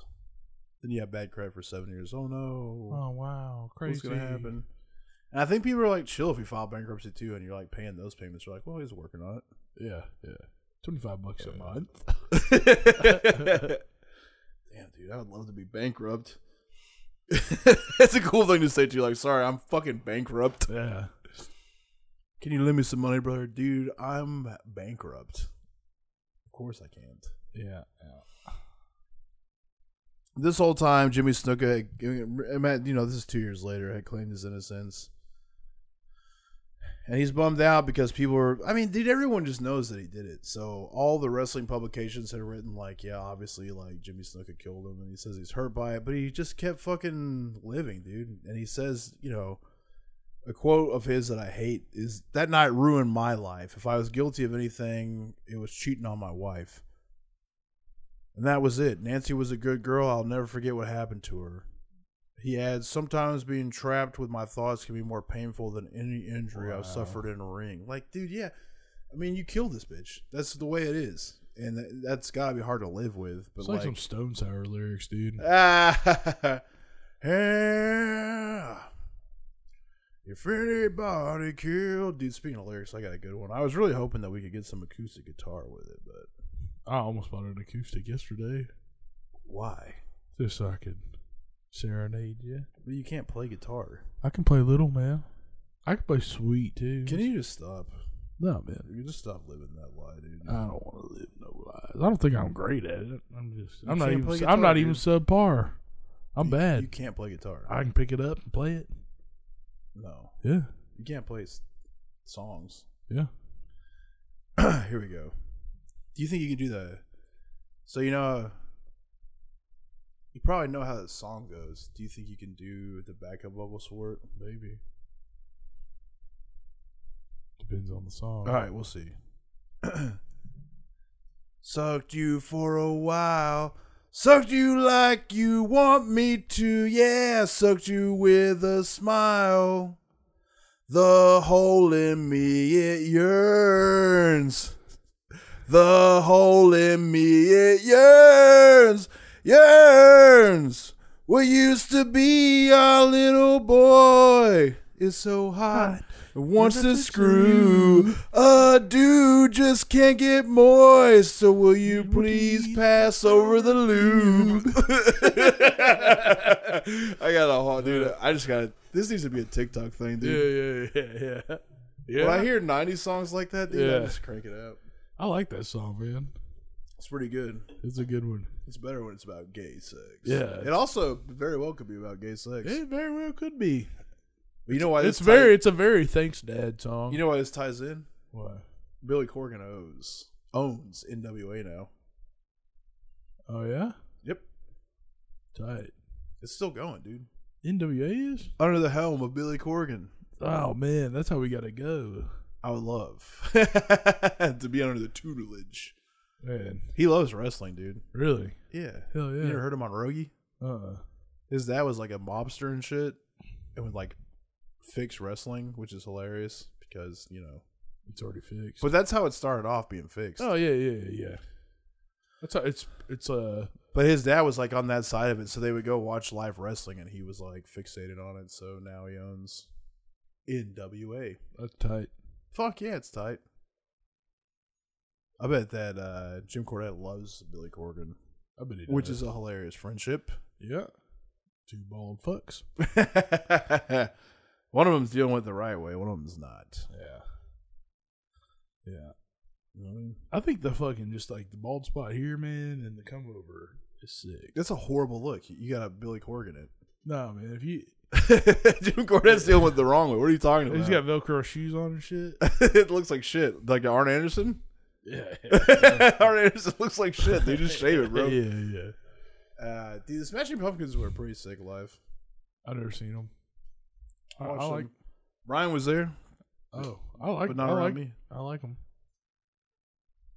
G: Then you have bad credit for seven years. Oh no,
A: wow,
G: what's gonna happen? And I think people are like chill if you file bankruptcy too, and you're like paying those payments. You're like, well, he's working on it.
A: Yeah. Yeah. Twenty five bucks a month.
G: Damn, dude, I would love to be bankrupt. That's a cool thing to say to you. Like, sorry, I'm fucking bankrupt.
A: Yeah.
G: Can you lend me some money, brother? Dude, I'm bankrupt. Of course I can't.
A: Yeah.
G: This whole time, Jimmy Snuka, you know, this is two years later, had claimed his innocence. And he's bummed out because people were, I mean, dude, everyone just knows that he did it. So all the wrestling publications had written, like, yeah, obviously, like, Jimmy Snuka killed him, and he says he's hurt by it, but he just kept fucking living, dude. And he says, you know, a quote of his that I hate is that night ruined my life. If I was guilty of anything, it was cheating on my wife. And that was it. Nancy was a good girl. I'll never forget what happened to her. He adds, sometimes being trapped with my thoughts can be more painful than any injury
A: Wow.
G: I've suffered in a ring. Like, dude, yeah. I mean, you killed this bitch. That's the way it is. And that, that's got to be hard to live with. But
A: It's like,
G: like,
A: some Stone Sour lyrics, dude.
G: Ah, yeah. If anybody killed, dude. Speaking of lyrics, I got a good one. I was really hoping that we could get some acoustic guitar with it, but
A: I almost bought an acoustic yesterday
G: why?
A: just so I could serenade you.
G: But you can't play guitar.
A: I can play little man. I can play sweet too.
G: Can you just stop?
A: No, man.
G: You just stop living that lie, dude.
A: I don't want to live no lies. I don't think I'm great at it. I'm just.
G: You
A: I'm not
G: can't
A: even.
G: play
A: I'm not
G: guitar,
A: even
G: dude.
A: subpar. I'm
G: You-
A: bad.
G: You can't play guitar.
A: I can pick it up and play it.
G: no,
A: Yeah.
G: you can't play s- songs.
A: Yeah.
G: Here we go. Do you think you can do the? So you know, you probably know how that song goes. Do you think you can do the backup vocals for it? Maybe.
A: Depends on the song.
G: All right, we'll see. Sucked you for a while. Sucked you like you want me to. Yeah, sucked you with a smile. The hole in me, it yearns. The hole in me, it yearns. Yearns. We used to be a little boy is so hot. Wants to screw a dude just can't get moist. So will you please pass over the lube? I got a whole dude. I just got this needs to be a TikTok thing,
A: Yeah,
G: dude.
A: yeah, yeah, yeah. Yeah,
G: When I hear '90s songs like that, dude, I
A: Yeah.
G: just crank it up.
A: I like that song, man.
G: It's pretty good.
A: It's a good one.
G: It's better when it's about gay sex.
A: Yeah.
G: It also very well could be about gay sex.
A: It very well could be.
G: But you know why
A: It's
G: this
A: very, it's a very thanks dad song.
G: Tie, you know why this ties in?
A: what?
G: Billy Corgan owns owns NWA now.
A: Oh yeah,
G: Yep.
A: tight.
G: It's still going, dude.
A: NWA is.
G: Under the helm of Billy Corgan.
A: Oh man, that's how we gotta go.
G: I would love to be under the tutelage.
A: Man,
G: He loves wrestling, dude.
A: really?
G: Yeah.
A: Hell yeah.
G: You ever heard him on Rogie?
A: Uh,
G: His dad was like a mobster and shit and would like fix wrestling, which is hilarious because, you know.
A: it's already fixed.
G: But that's how it started off being fixed.
A: oh yeah, yeah, yeah, yeah. That's how it's. It's uh.
G: But his dad was like on that side of it, so they would go watch live wrestling, and he was like fixated on it. So now he owns NWA.
A: That's tight.
G: Fuck yeah, it's tight. I bet that uh, Jim Cornette loves Billy Corgan,
A: I bet he
G: which
A: does.
G: is a hilarious friendship.
A: yeah. Two bald fucks.
G: one of them's dealing with it the right way, one of them's not.
A: Yeah. Yeah. I think the fucking just like the bald spot here, man, and the come over is sick.
G: That's a horrible look. You got a Billy Corgan it.
A: Nah, man, if you
G: Jim Cornette's dealing with it the wrong way. What are you talking about?
A: he's got Velcro shoes on and shit.
G: it looks like shit. Like Arn Anderson?
A: yeah.
G: Arn Anderson looks like shit. They just shave it,
A: yeah,
G: bro.
A: yeah.
G: Uh, dude, the Smashing Pumpkins were pretty sick live.
A: I've never seen them. I, I
G: watched
A: like.
G: them. Brian was there,
A: Oh, I like.
G: but not
A: I
G: around
A: like,
G: me.
A: I like them.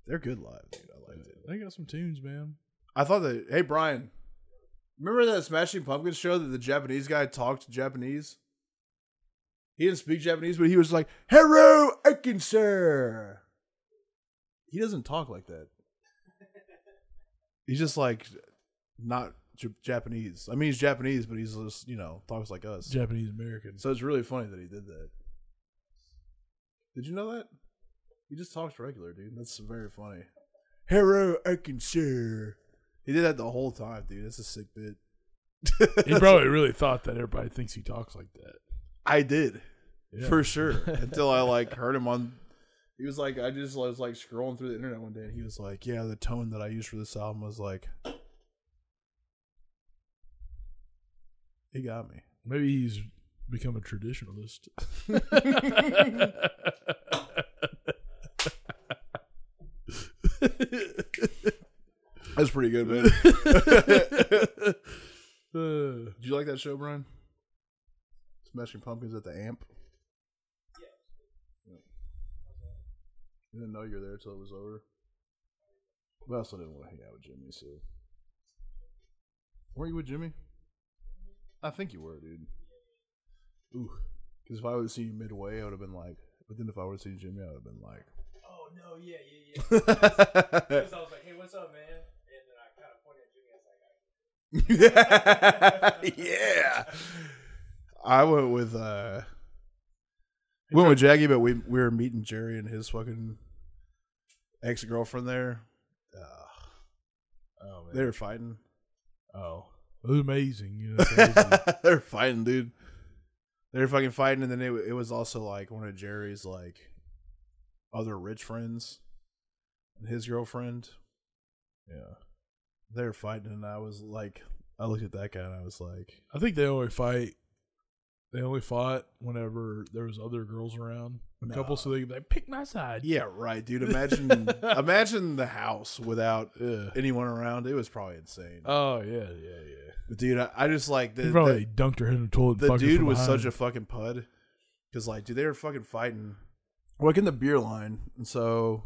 G: They're good live, dude. I liked it.
A: They got some tunes, man.
G: I thought that. Hey, Brian, remember that Smashing Pumpkins show that the Japanese guy talked Japanese? He didn't speak Japanese, but he was like "Hero Arkansas." He doesn't talk like that. He's just like not J- Japanese. I mean, he's Japanese, but he's just you know talks like us.
A: Japanese Americans.
G: So it's really funny that he did that. Did you know that? He just talks regular, dude. That's very funny. Hero Arkansas. He did that the whole time, dude. That's a sick bit.
A: He probably really thought that everybody thinks he talks like that.
G: I did
A: Yeah.
G: for sure until I like heard him on. He was like, I just was like scrolling through the internet one day, and he was like, "Yeah, the tone that I used for this album was like." He got me.
A: Maybe he's become a traditionalist.
G: uh, That's pretty good, man.
A: Uh,
G: Did you like that show, Brian? Smashing Pumpkins at the Amp. Yeah. Didn't know you were there till it was over. But I also didn't want to hang out with Jimmy, so. Were you with Jimmy? I think you were, dude. Ooh, because if I would have seen you midway, I would have been like. But then if I would have seen Jimmy, I would have been like.
H: Oh no, yeah, yeah, yeah. Because I was like, hey, what's up, man? And then I kind of pointed at Jimmy. I was like,
G: yeah. I went with uh we went with Jaggy, but we we were meeting Jerry and his fucking ex girlfriend there. Uh,
A: oh
G: they were fighting.
A: Oh, it was amazing. You know,
G: they
A: crazy.
G: were fighting, dude. They were fucking fighting, and then it it was also like one of Jerry's like other rich friends and his girlfriend. Yeah, they were fighting, and I was like, I looked at that guy, and I was like,
A: I think they only fight. They only fought whenever there was other girls around. A
G: No.
A: couple, so they could be like pick my side.
G: Yeah, right, dude. Imagine imagine the house without
A: Yeah.
G: anyone around. It was probably insane.
A: Oh yeah, yeah, yeah.
G: but dude, I, I just like
A: He
G: the
A: probably dunked her head in the toilet. and
G: the, the
A: fucked her
G: dude
A: from
G: was
A: behind.
G: such a fucking pud. Cause like, dude, they were fucking fighting. Like in the beer line, and so.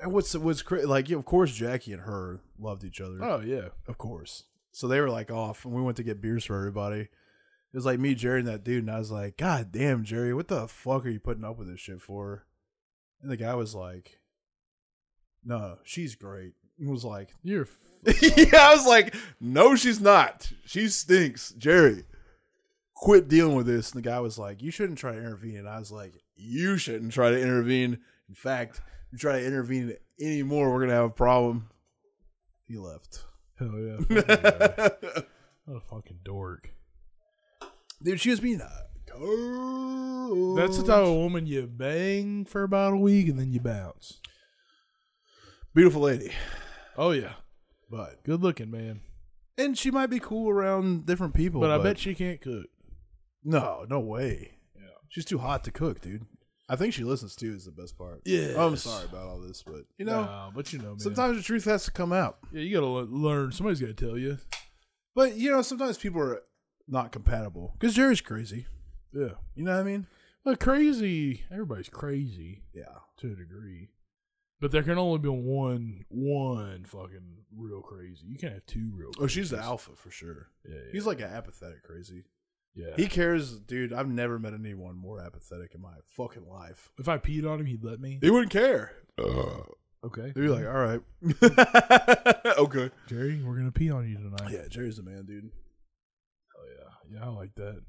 G: And what's what's cra- like? Of course, Jackie and her loved each other.
A: Oh yeah.
G: Of course. So they were like off, and we went to get beers for everybody. It was like me, Jerry, and that dude, and I was like, God damn, Jerry, what the fuck are you putting up with this shit for? And the guy was like, No, she's great. and was like,
A: You're f-
G: yeah, I was like, no, she's not. She stinks, Jerry. Quit dealing with this. And the guy was like, you shouldn't try to intervene. And I was like, you shouldn't try to intervene. In fact, if you try to intervene anymore, we're gonna have a problem. He left.
A: hell yeah. Fuck that guy. What a fucking dork.
G: Dude, she was being uh, a coach.
A: That's the type of woman you bang for about a week and then you bounce.
G: beautiful lady,
A: Oh yeah,
G: but
A: good looking man.
G: and she might be cool around different people.
A: But I bet she can't cook.
G: no, no way. She's too hot to cook, dude. I think she listens too. Is the best part.
A: Yes.
G: I'm sorry about all this, but you know,
A: Oh, Nah, but you know, man.
G: sometimes the truth has to come out.
A: yeah, you gotta le- learn. Somebody's gotta tell you.
G: But you know, sometimes people are not compatible because Jerry's crazy.
A: Yeah,
G: You know what I mean?
A: well, crazy. Everybody's crazy
G: Yeah.
A: to a degree, but there can only be one, one fucking real crazy. You can't have two real.
G: Oh, she's the
A: crazies.
G: alpha for sure.
A: Yeah, yeah,
G: He's like an apathetic crazy.
A: yeah.
G: He cares, dude. I've never met anyone more apathetic in my fucking life.
A: if I peed on him, he'd let me.
G: He wouldn't care. Uh,
A: Okay,
G: They'd be like, all right. okay.
A: Jerry, we're gonna pee on you tonight.
G: Yeah, Jerry's the man, dude.
A: Oh, yeah, yeah, I like that.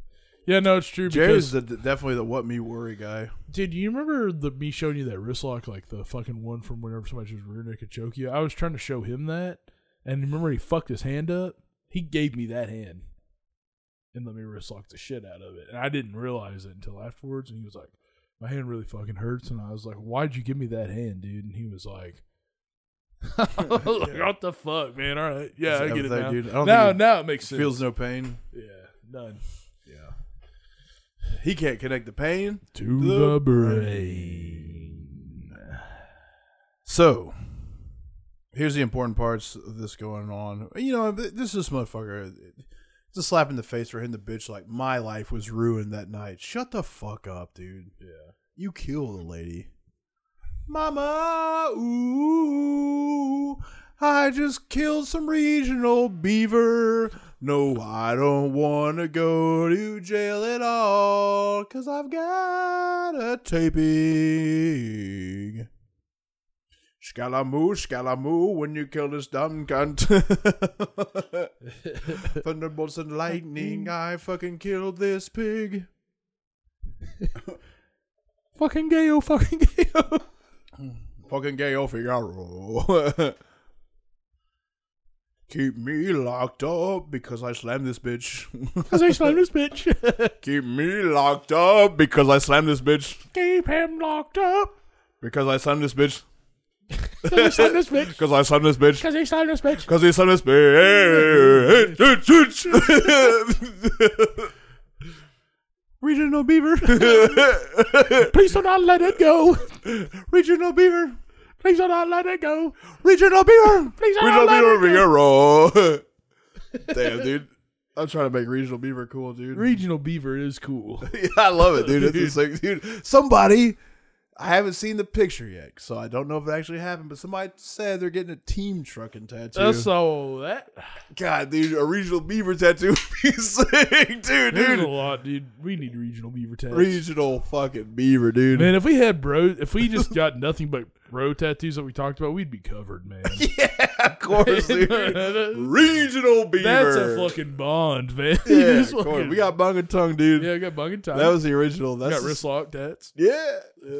A: Yeah, no, it's true.
G: Jerry's
A: because-
G: the, definitely the what me worry guy.
A: Dude, you remember the me showing you that wrist lock, like the fucking one from whenever somebody just rear naked choke you? I was trying to show him that, and remember he fucked his hand up. He gave me that hand, and let me wrist lock the shit out of it, and I didn't realize it until afterwards. And he was like, "My hand really fucking hurts," and I was like, "Why'd you give me that hand, dude?" And he was like. I was like, what the fuck, man? All right, yeah,
G: Is
A: I get it
G: that
A: now.
G: dude- I
A: Now,
G: don't
A: now,
G: think it
A: it makes sense.
G: Feels no pain.
A: yeah, none.
G: Yeah. He can't connect the pain.
A: To
G: The
A: the brain.
G: So, here's the important parts of this going on. You know, th- this is motherfucker. It's a slap in the face for hitting the bitch like, my life was ruined that night. Shut the fuck up, dude.
A: Yeah.
G: You killed a lady. Mama, ooh, I just killed some regional beaver. No, I don't want to go to jail at all, because I've got a taping. Scalamoo, Scalamoo, when you kill this dumb cunt. Thunderbolts and lightning, I fucking killed this pig.
A: Fucking gay, oh fucking gay.
G: Fucking gay old Figaro. Keep me locked up because I slammed this bitch.
A: Because I slammed this bitch.
G: Keep me locked up because I slammed this bitch.
A: Keep him locked up.
G: Because I slammed this bitch.
A: Because I slammed this bitch.
G: Because I slammed this bitch.
A: Because I slammed this bitch.
G: Because he slammed this bitch. Regional Beaver.
A: Please do not let it go.
G: Regional Beaver.
A: Please do not let it go.
G: Regional Beaver.
A: Please don't
G: Regional
A: let
G: Beaver
A: it
G: Figaro. Damn, dude. I'm trying to make Regional Beaver cool, dude.
A: Regional Beaver is cool.
G: yeah, I love it, dude. It's just like, dude, somebody. I haven't seen the picture yet, so I don't know if it actually happened. But somebody said they're getting a team trucking tattoo.
A: That's all that.
G: God, dude, a regional beaver tattoo would be sick,
A: There's
G: dude.
A: a
G: dude.
A: lot, dude. We need regional beaver tats.
G: Regional fucking beaver, dude.
A: Man, if we had bro, if we just got nothing but bro tattoos that we talked about, we'd be covered, man.
G: of course, dude. regional beaver.
A: That's a fucking bond, man. You
G: Yeah,
A: just
G: of course.
A: fucking-
G: We got bung and tongue, dude.
A: yeah, we got bug and tie.
G: That was the original.
A: we
G: That's
A: got wrist lock tats.
G: Yeah.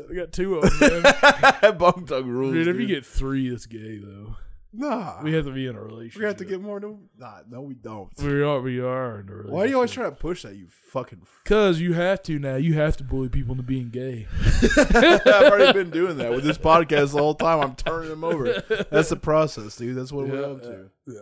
A: We got two of them. man.
G: Bung tongue rules.
A: Dude, if you get three, that's gay though.
G: nah,
A: We have to be in a relationship.
G: we have to get more. No, nah, no, we don't.
A: We are. We are in a relationship.
G: Why are you always trying to push that? You fucking. F-
A: Cause you have to now. You have to bully people into being gay.
G: I've already been doing that with this podcast the whole time. I'm turning them over. That's the process, dude. That's what we're
A: Yeah,
G: up to.
A: yeah.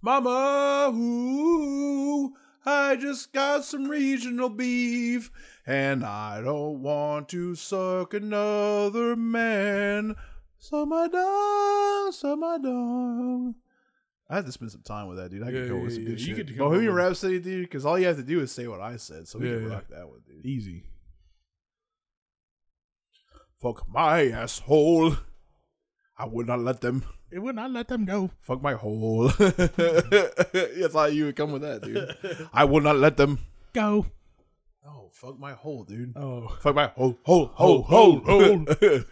G: Mama, ooh, I just got some regional beef, and I don't want to suck another man. Some I don't, some I don't. I had to spend some time with that dude. I
A: Yeah,
G: could go
A: yeah,
G: with some
A: yeah.
G: good
A: You
G: shit.
A: get to come
G: Bohemian
A: over.
G: Rhapsody, dude, because all you have to do is say what I said, so we
A: Yeah,
G: can
A: yeah.
G: rock that one, dude.
A: Easy.
G: Fuck my asshole. I would not let them.
A: It would not let them go.
G: Fuck my hole. That's how you would come with that, dude. I will not let them.
A: Go.
G: Oh, fuck my hole, dude.
A: Oh.
G: Fuck my hole, hole, hole, hole,
A: hole,
G: hole.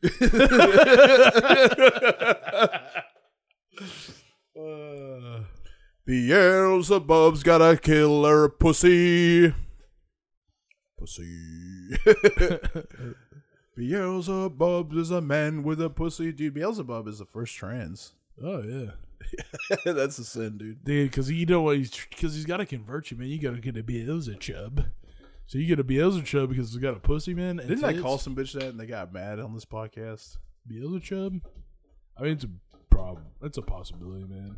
A: Uh,
G: Beelzebub's got a killer pussy. Pussy. Beelzebub is a man with a pussy. Dude, Beelzebub is the first trans.
A: oh yeah,
G: That's a sin, dude.
A: dude. Because you know what? He's because he's got to convert you, man. You got to get a Beelzebub. So you get a Beelzebub because he's got a pussy, man. and
G: Didn't I
A: tits?
G: call some bitch that and they got mad on this podcast?
A: Beelzebub? I mean, it's a problem. It's a possibility, man.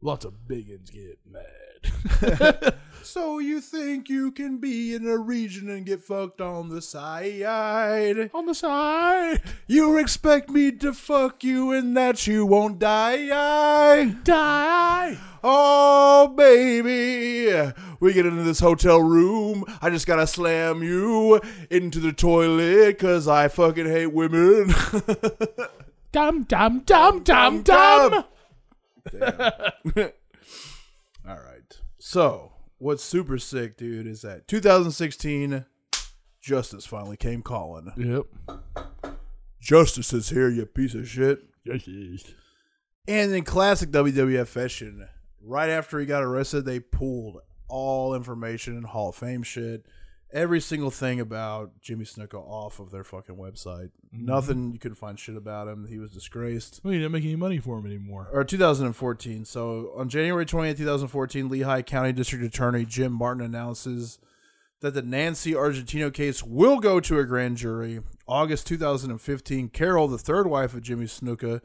A: Lots of biggins get mad.
G: So you think you can be in a region and get fucked on the side?
A: On the side,
G: You expect me to fuck you and that you won't die?
A: die.
G: Oh, baby. We get into this hotel room. I just gotta slam you into the toilet because I fucking hate women.
A: Dum dum dum dum dum.
G: All right. So, what's super sick, dude, is that 2016 justice finally came calling.
A: Yep.
G: Justice is here, you piece of shit. And in classic WWF fashion, right after he got arrested, they pulled all information and Hall of Fame shit, every single thing about Jimmy Snuka off of their fucking website. Nothing you could find shit about him. He was disgraced.
A: We didn't make any money for him anymore.
G: Or 2014. So on January 28, 2014, Lehigh County District Attorney Jim Martin announces that the Nancy Argentino case will go to a grand jury. August 2015, Carol, the third wife of Jimmy Snuka,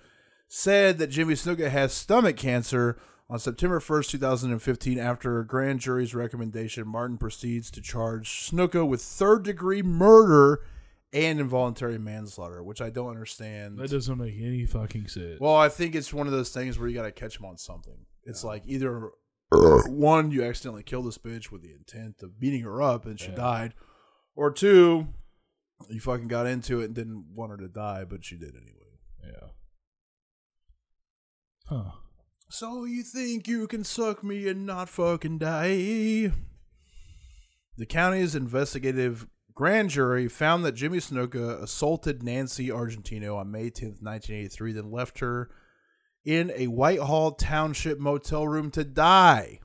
G: said that Jimmy Snuka has stomach cancer. On September 1st, 2015, after a grand jury's recommendation, Martin proceeds to charge Snuka with third degree murder and involuntary manslaughter, which I don't understand.
A: That doesn't make any fucking sense.
G: Well, I think it's one of those things where you got to catch them on something. It's like either Uh, one, you accidentally kill this bitch with the intent of beating her up and she died, or two, you fucking got into it and didn't want her to die, but she did anyway.
A: yeah. Huh.
G: So you think you can suck me and not fucking die? The county's investigative grand jury found that Jimmy Snuka assaulted Nancy Argentino on May 10th, 1983, then left her in a Whitehall Township motel room to die.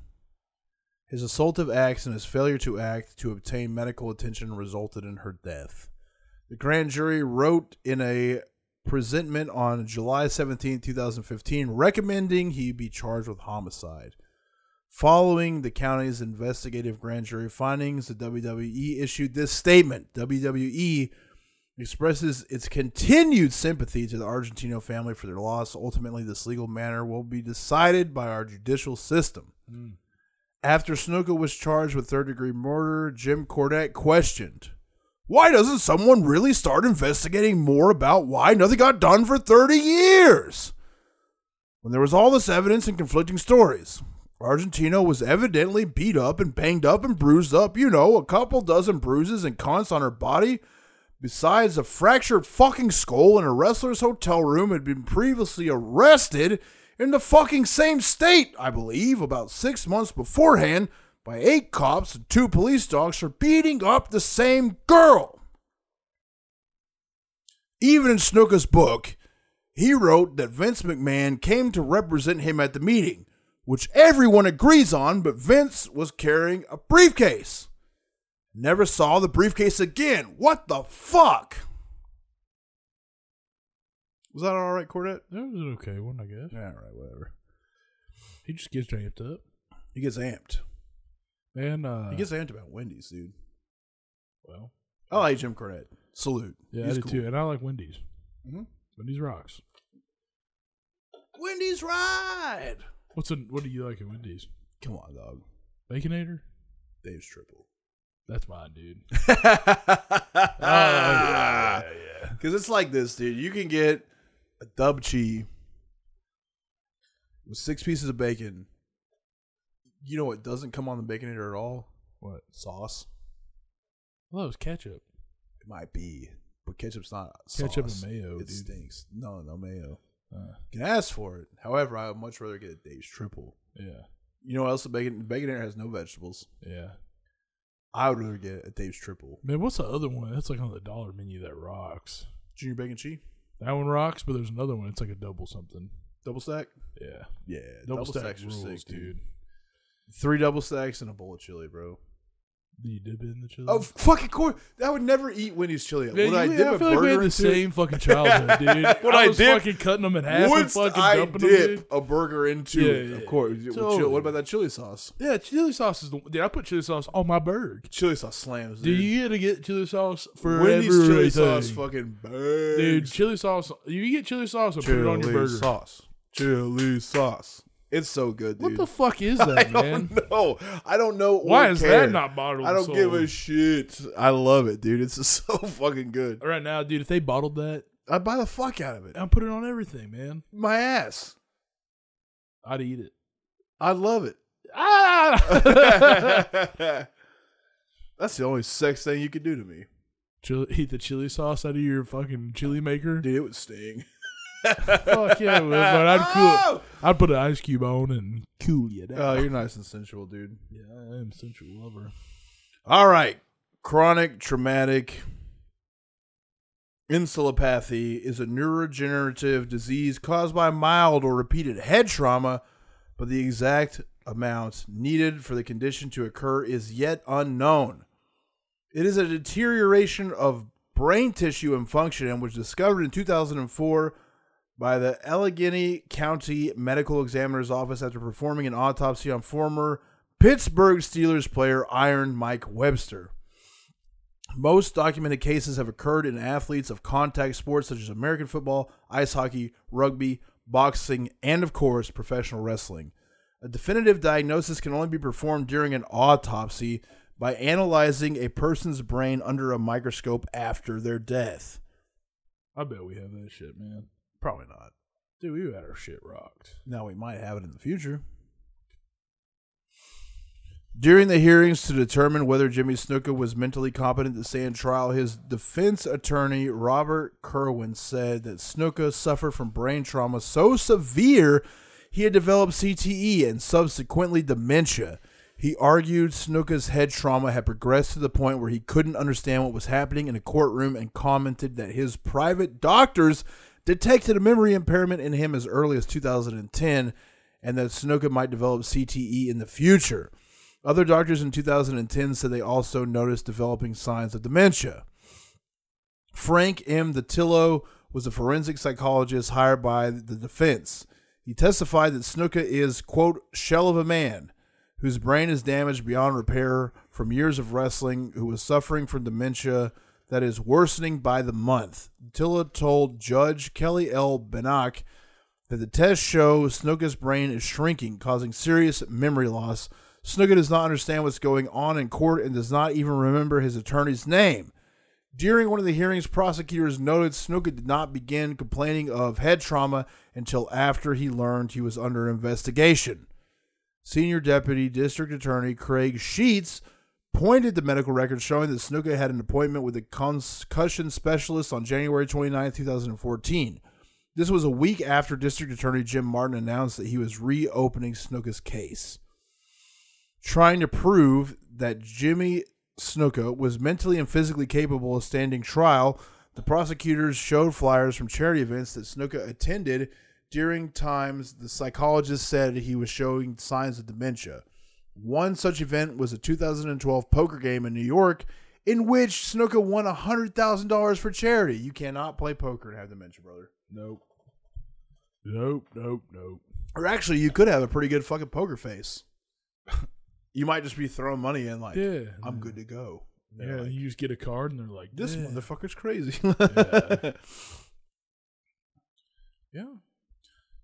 G: His assaultive acts and his failure to act to obtain medical attention resulted in her death. The grand jury wrote in a presentment on July 17, 2015, recommending he be charged with homicide. Following the county's investigative grand jury findings, the WWE issued this statement. WWE expresses its continued sympathy to the Argentino family for their loss. Ultimately, this legal matter will be decided by our judicial system. After Snuka was charged with third degree murder, Jim Cornette questioned why doesn't someone really start investigating more about why nothing got done for 30 years? When there was all this evidence and conflicting stories. Argentino was evidently beat up and banged up and bruised up, you know, a couple dozen bruises and cuts on her body, besides a fractured fucking skull in a wrestler's hotel room, had been previously arrested in the fucking same state, I believe, about six months beforehand by eight cops and two police dogs for beating up the same girl. Even in Snooker's book, he wrote that Vince McMahon came to represent him at the meeting, which everyone agrees on, but Vince was carrying a briefcase. Never saw the briefcase again. What the fuck? Was that all right, Cordette?
A: That was an okay one, I guess.
G: All right, whatever.
A: He just gets amped up.
G: He gets amped.
A: Man, uh,
G: He gets amped about Wendy's, dude.
A: well,
G: I like Jim Cornette. Salute.
A: yeah, I
G: He's
A: did
G: cool.
A: too. And I like Wendy's.
G: Mhm.
A: Wendy's rocks.
G: Wendy's ride.
A: What's a, what do you like at Wendy's?
G: Come on, dog.
A: Baconator?
G: Dave's triple.
A: That's mine, dude.
G: Because it's like this, dude. You can get a dub chi with six pieces of bacon. You know what doesn't come on the baconator at all?
A: What?
G: Sauce.
A: Well, that was ketchup.
G: It might be, but ketchup's not sauce.
A: Ketchup and mayo,
G: It
A: dude.
G: stinks. No, no mayo.
A: Uh,
G: You can ask for it. However, I would much rather get a Dave's triple.
A: yeah,
G: You know what else? The bacon baconator has no vegetables.
A: yeah.
G: I would rather get a Dave's triple.
A: Man, what's the other one? That's like on the dollar menu that rocks.
G: Junior Bacon Chi.
A: That one rocks, but there's another one. It's like a double something.
G: Double stack.
A: Yeah,
G: Yeah,
A: double, stack rules, dude.
G: Three double stacks and a bowl of chili, bro.
A: Do you dip it in the chili?
G: Oh, fucking course. I would never eat Wendy's chili.
A: Yeah,
G: Would
A: you-
G: I
A: yeah,
G: dip
A: I
G: a
A: feel like we
G: burger
A: had the
G: into it?
A: same fucking childhood, dude.
G: What
A: I
G: I
A: was
G: dip-
A: fucking cutting them in half and
G: Would
A: fucking
G: I
A: dumping them.
G: dip
A: dude.
G: a burger into
A: Yeah,
G: it?
A: yeah.
G: Of course. With
A: Totally.
G: chili- What about that chili sauce?
A: Yeah, chili sauce is the. Dude, I put chili sauce on my burger.
G: Chili sauce slams.
A: Do
G: Dude.
A: you gotta get chili sauce for
G: Wendy's chili
A: everything.
G: sauce fucking burns.
A: Dude, chili sauce. You get chili sauce and put it on your burger.
G: sauce. Chili sauce. It's so good,
A: What
G: dude.
A: the fuck is
G: I
A: that, man?
G: don't know. I don't know.
A: Why
G: or
A: is
G: care.
A: that not bottled?
G: I don't
A: and
G: give a
A: sold?
G: shit. I love it, dude. It's just so fucking good.
A: right now, dude. If they bottled that,
G: I buy the fuck out of it.
A: I'm putting it on everything, man.
G: My ass.
A: I'd eat it.
G: I love it.
A: Ah!
G: That's the only sex thing you could do to me.
A: chili, eat the chili sauce out of your fucking chili maker.
G: Dude, it would sting.
A: Fuck yeah, man, but I'd
G: Ah!
A: cool. I'd put an ice cube on and cool you down.
G: Oh, you're nice and sensual, dude.
A: yeah, I am sensual lover.
G: All right. Chronic traumatic encephalopathy is a neurodegenerative disease caused by mild or repeated head trauma, but the exact amount needed for the condition to occur is yet unknown. It is a deterioration of brain tissue and function and was discovered in 2004 by the Allegheny County Medical Examiner's Office after performing an autopsy on former Pittsburgh Steelers player Iron Mike Webster. Most documented cases have occurred in athletes of contact sports such as American football, ice hockey, rugby, boxing, and of course, professional wrestling. A definitive diagnosis can only be performed during an autopsy by analyzing a person's brain under a microscope after their death.
A: I bet we have that shit, man.
G: Probably not.
A: Dude, we had our shit rocked.
G: Now we might have it in the future. During the hearings to determine whether Jimmy Snuka was mentally competent to stand trial, his defense attorney Robert Kerwin said that Snuka suffered from brain trauma so severe he had developed CTE and subsequently dementia. He argued Snuka's head trauma had progressed to the point where he couldn't understand what was happening in a courtroom and commented that his private doctors detected a memory impairment in him as early as 2010 and that Snuka might develop CTE in the future. Other doctors in 2010 said they also noticed developing signs of dementia. Frank M. Datillo was a forensic psychologist hired by the defense. He testified that Snuka is, quote, shell of a man whose brain is damaged beyond repair from years of wrestling, who is suffering from dementia that is worsening by the month. Datillo told Judge Kelly L. Benak that the tests show Snuka's brain is shrinking, causing serious memory loss. Snuka does not understand what's going on in court and does not even remember his attorney's name. During one of the hearings, prosecutors noted Snuka did not begin complaining of head trauma until after he learned he was under investigation. Senior Deputy District Attorney Craig Sheets pointed to medical records showing that Snuka had an appointment with a concussion specialist on January 29, 2014. This was a week after District Attorney Jim Martin announced that he was reopening Snuka's case, trying to prove that Jimmy Snuka was mentally and physically capable of standing trial. The prosecutors showed flyers from charity events that Snuka attended during times the psychologist said he was showing signs of dementia. One such event was a 2012 poker game in New York in which Snuka won $100,000 for charity. You cannot play poker and have dementia, brother.
A: Nope. Nope. Nope. Nope.
G: Or actually, you could have a pretty good fucking poker face. you might just be throwing money in like,
A: Yeah.
G: I'm good to go.
A: Yeah,
G: Yeah, like,
A: you just get a card and they're like,
G: this
A: yeah.
G: motherfucker's crazy.
A: Yeah.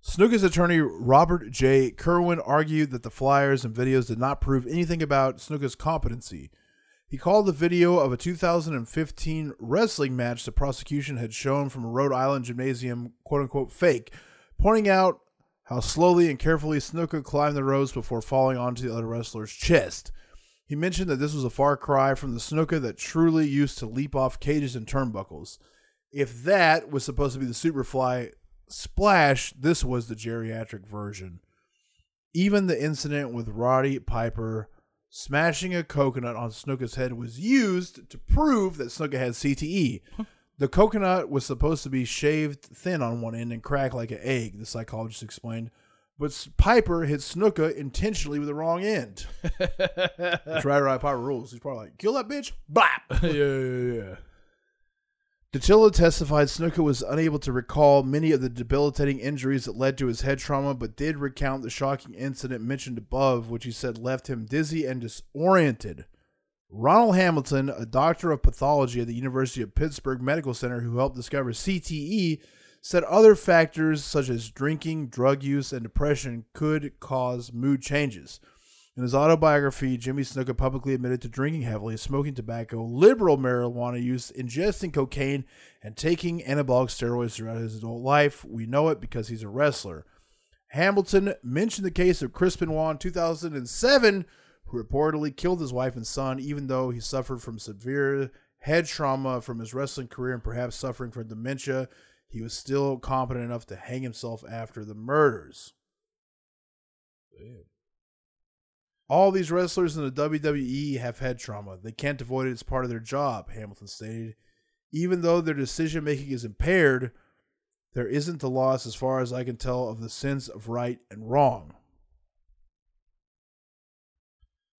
G: Snooker's attorney Robert J. Kerwin argued that the flyers and videos did not prove anything about Snooker's competency. He called the video of a 2015 wrestling match the prosecution had shown from a Rhode Island gymnasium, quote unquote, fake, pointing out how slowly and carefully Snooker climbed the ropes before falling onto the other wrestler's chest. He mentioned that this was a far cry from the Snooker that truly used to leap off cages and turnbuckles. If that was supposed to be the Superfly splash, this was the geriatric version. Even the incident with Roddy Piper smashing a coconut on Snooka's head was used to prove that Snooka had CTE. E. The coconut was supposed to be shaved thin on one end and cracked like an egg, the psychologist explained. But S- Piper hit Snuka intentionally with the wrong end. That's right, right. Piper rules. He's probably like, kill that bitch. Blap.
A: yeah, yeah, yeah.
G: Datila testified Snuka was unable to recall many of the debilitating injuries that led to his head trauma, but did recount the shocking incident mentioned above, which he said left him dizzy and disoriented. Ronald Hamilton, a doctor of pathology at the University of Pittsburgh Medical Center who helped discover CTE, said other factors such as drinking, drug use, and depression could cause mood changes. In his autobiography, Jimmy Snuka publicly admitted to drinking heavily, smoking tobacco, liberal marijuana use, ingesting cocaine, and taking anabolic steroids throughout his adult life. We know it because he's a wrestler. Hamilton mentioned the case of Chris Benoit in 2007, who reportedly killed his wife and son, even though he suffered from severe head trauma from his wrestling career and perhaps suffering from dementia. He was still competent enough to hang himself after the murders. All these wrestlers in the WWE have head trauma. They can't avoid it. It's part of their job, Hamilton stated. Even though their decision making is impaired, there isn't the loss, as far as I can tell, of the sense of right and wrong.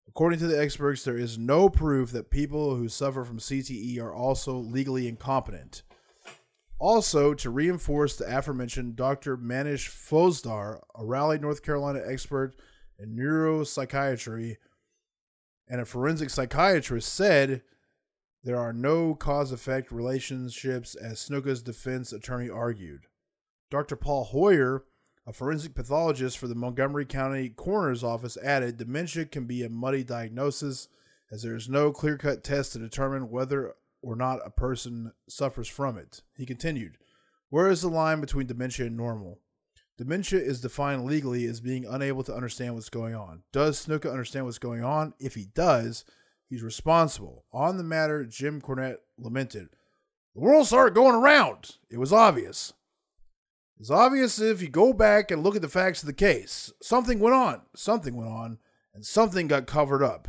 G: According to the experts, there is no proof that people who suffer from CTE are also legally incompetent. Also, to reinforce the aforementioned, Dr. Manish Fosdar, a Raleigh, North Carolina expert in neuropsychiatry and a forensic psychiatrist, said there are no cause effect relationships, as Snuka's defense attorney argued. Dr. Paul Hoyer, a forensic pathologist for the Montgomery County Coroner's Office, added dementia can be a muddy diagnosis as there is no clear cut test to determine whether or not a person suffers from it. He continued, Where is the line between dementia and normal? Dementia is defined legally as being unable to understand what's going on. Does Snuka understand what's going on? If he does, he's responsible. On the matter, Jim Cornette lamented, The world started going around. It was obvious. It's obvious if you go back and look at the facts of the case. Something went on, something went on, and something got covered up.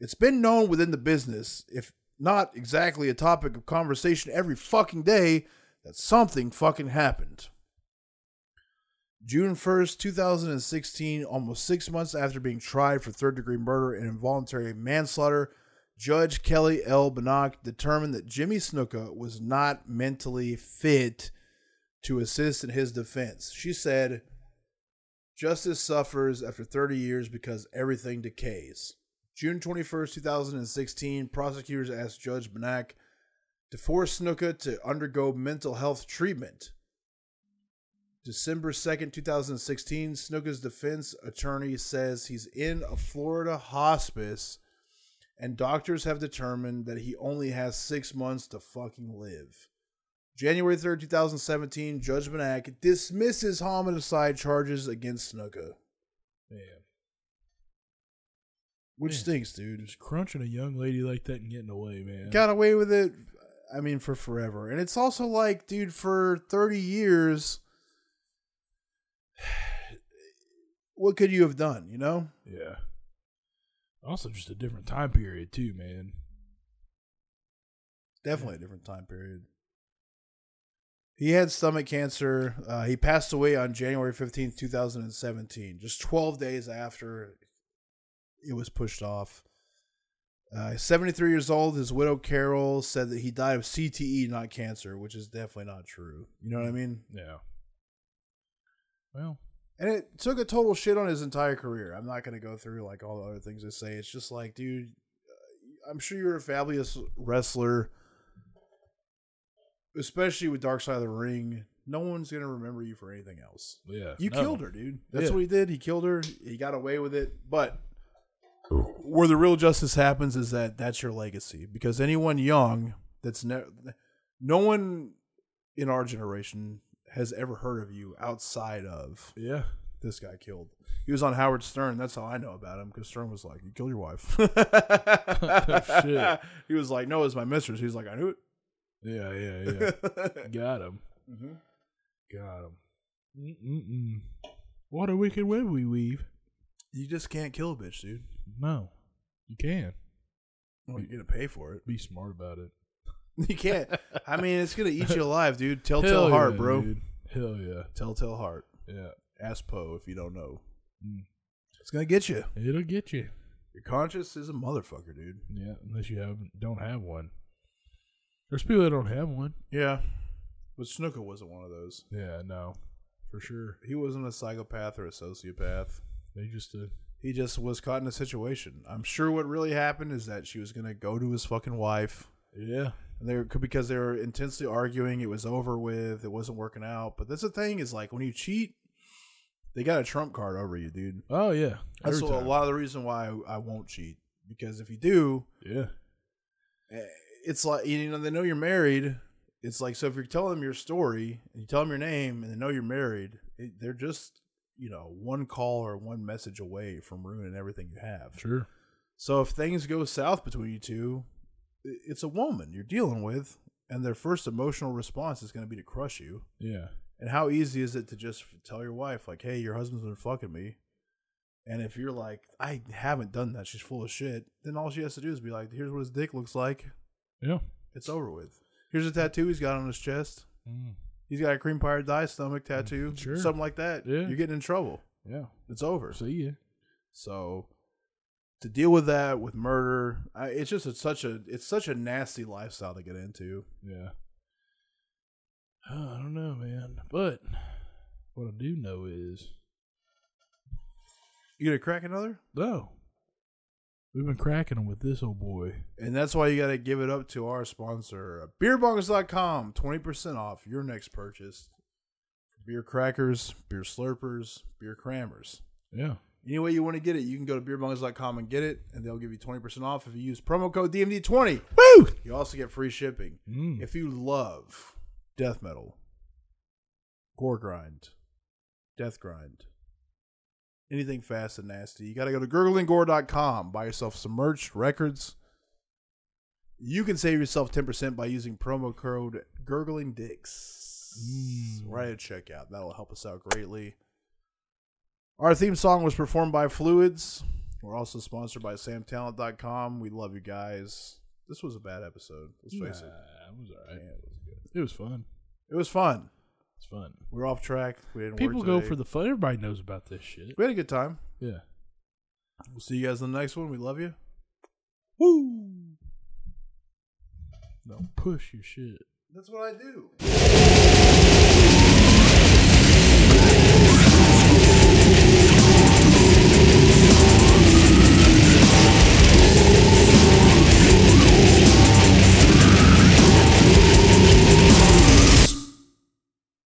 G: It's been known within the business, if not exactly a topic of conversation every fucking day, that something fucking happened. June 1st, 2016, almost six months after being tried for third degree murder and involuntary manslaughter, Judge Kelly L. Banach determined that Jimmy Snuka was not mentally fit to assist in his defense. She said, Justice suffers after 30 years because everything decays. June 21st, 2016, prosecutors asked Judge Banach to force Snuka to undergo mental health treatment. December 2nd, 2016, Snuka's defense attorney says he's in a Florida hospice and doctors have determined that he only has six months to fucking live. January 3rd, 2017, Judge Banach dismisses homicide charges against Snuka,
A: Man,
G: which
A: Yeah.
G: stinks, dude.
A: just crunching a young lady like that and getting away, man.
G: Got away with it, I mean, for forever. And it's also like, dude, for 30 years, what could you have done, you know?
A: Yeah. Also, just a different time period too, man.
G: Definitely a different time period. He had stomach cancer. Uh, he passed away on January 15th, 2017, just 12 days after it was pushed off. Uh, 73 years old, his widow Carol said that he died of CTE, not cancer, which is definitely not true. You know what I mean?
A: Yeah. Well,
G: And it took a total shit on his entire career. I'm not going to go through like all the other things they say. It's just like, dude, uh, I'm sure you're a fabulous wrestler, especially with Dark Side of the Ring. No one's going to remember you for anything else.
A: yeah.
G: You
A: no.
G: killed her, dude. That's
A: Yeah.
G: what he did. He killed her. He got away with it. But where the real justice happens is that that's your legacy. Because anyone young that's never, no one in our generation has ever heard of you outside of
A: Yeah.
G: this guy killed. He was on Howard Stern. That's how I know about him because Stern was like, "You killed your wife."
A: Shit.
G: He was like, "No, it's my mistress." He was like, "I knew
A: Yeah. Yeah. Yeah.
G: it."
A: Got him. Got him. Mm-mm-mm. What a wicked web we weave.
G: you just can't kill a bitch, dude.
A: No, you can Mm.
G: Well, you're gonna pay for it.
A: be smart about it.
G: You can't. I mean, it's gonna eat you alive, dude.
A: Hell
G: Telltale
A: yeah,
G: heart, bro.
A: dude. Hell yeah.
G: Telltale heart.
A: Yeah.
G: Aspo, if you don't know,
A: Mm.
G: it's gonna get you.
A: It'll get you.
G: Your conscience is a motherfucker, dude.
A: Yeah, unless you have don't have one. There's people that don't have one.
G: Yeah, but Snooker wasn't one of those.
A: Yeah, no, for sure.
G: He wasn't a psychopath or a sociopath.
A: They just uh,
G: He just was caught in a situation. I'm sure what really happened is that she was gonna go to his fucking wife.
A: yeah,
G: And they were, because they were intensely arguing, it was over with, it wasn't working out. But that's the thing is like when you cheat, they got a trump card over you, dude.
A: oh yeah.
G: That's
A: Every
G: a
A: time.
G: lot of the reason why I won't cheat because if you do,
A: Yeah,
G: eh, it's like you know they know you're married. It's like so if you tell them your story and you tell them your name and they know you're married, it, they're just you know one call or one message away from ruining everything you have.
A: sure.
G: So if things go south between you two, i- it's a woman you're dealing with, and their first emotional response is going to be to crush you.
A: Yeah,
G: And how easy is it to just f- tell your wife, like, hey, your husband's been fucking me? And if you're like, I haven't done that, she's full of shit, then all she has to do is be like, here's what his dick looks like.
A: yeah.
G: It's over with. Here's a tattoo he's got on his chest.
A: Mm.
G: He's got a cream pie or die stomach tattoo,
A: Sure.
G: something like that.
A: Yeah.
G: You're getting in trouble.
A: Yeah.
G: It's over.
A: See ya.
G: So to deal with that with murder, I, it's just it's such a it's such a nasty lifestyle to get into.
A: Yeah. I don't know, man. But what I do know is
G: You gonna crack another?
A: no. We've been cracking them with this old boy.
G: And that's why you got to give it up to our sponsor, beerbongs.com. 20% off your next purchase. Beer crackers, beer slurpers, beer crammers.
A: Yeah.
G: Any way you want to get it, you can go to beerbongs.com and get it, and they'll give you 20% off if you use promo code DMD20. Woo! You also get free shipping.
A: Mm.
G: If you love death metal, gore grind, death grind, anything fast and nasty, you got to go to gurglinggore.com, buy yourself some merch, records. You can save yourself 10% by using promo code gurglingdicks
A: Mm.
G: right at checkout. That'll help us out greatly. Our theme song was performed by Fluids. We're also sponsored by samtalent.com. We love you guys. This was a bad episode. Let's
A: Nah,
G: face it.
A: it was all
G: Yeah,
A: right.
G: it was good.
A: It was fun.
G: It was fun.
A: It's fun.
G: We were off track. We didn't
A: People
G: work
A: go
G: today.
A: for the fun. Everybody knows about this shit.
G: We had a good time.
A: Yeah.
G: We'll see you guys in the next one. We love you.
A: Woo! Don't push your shit.
G: That's what I do.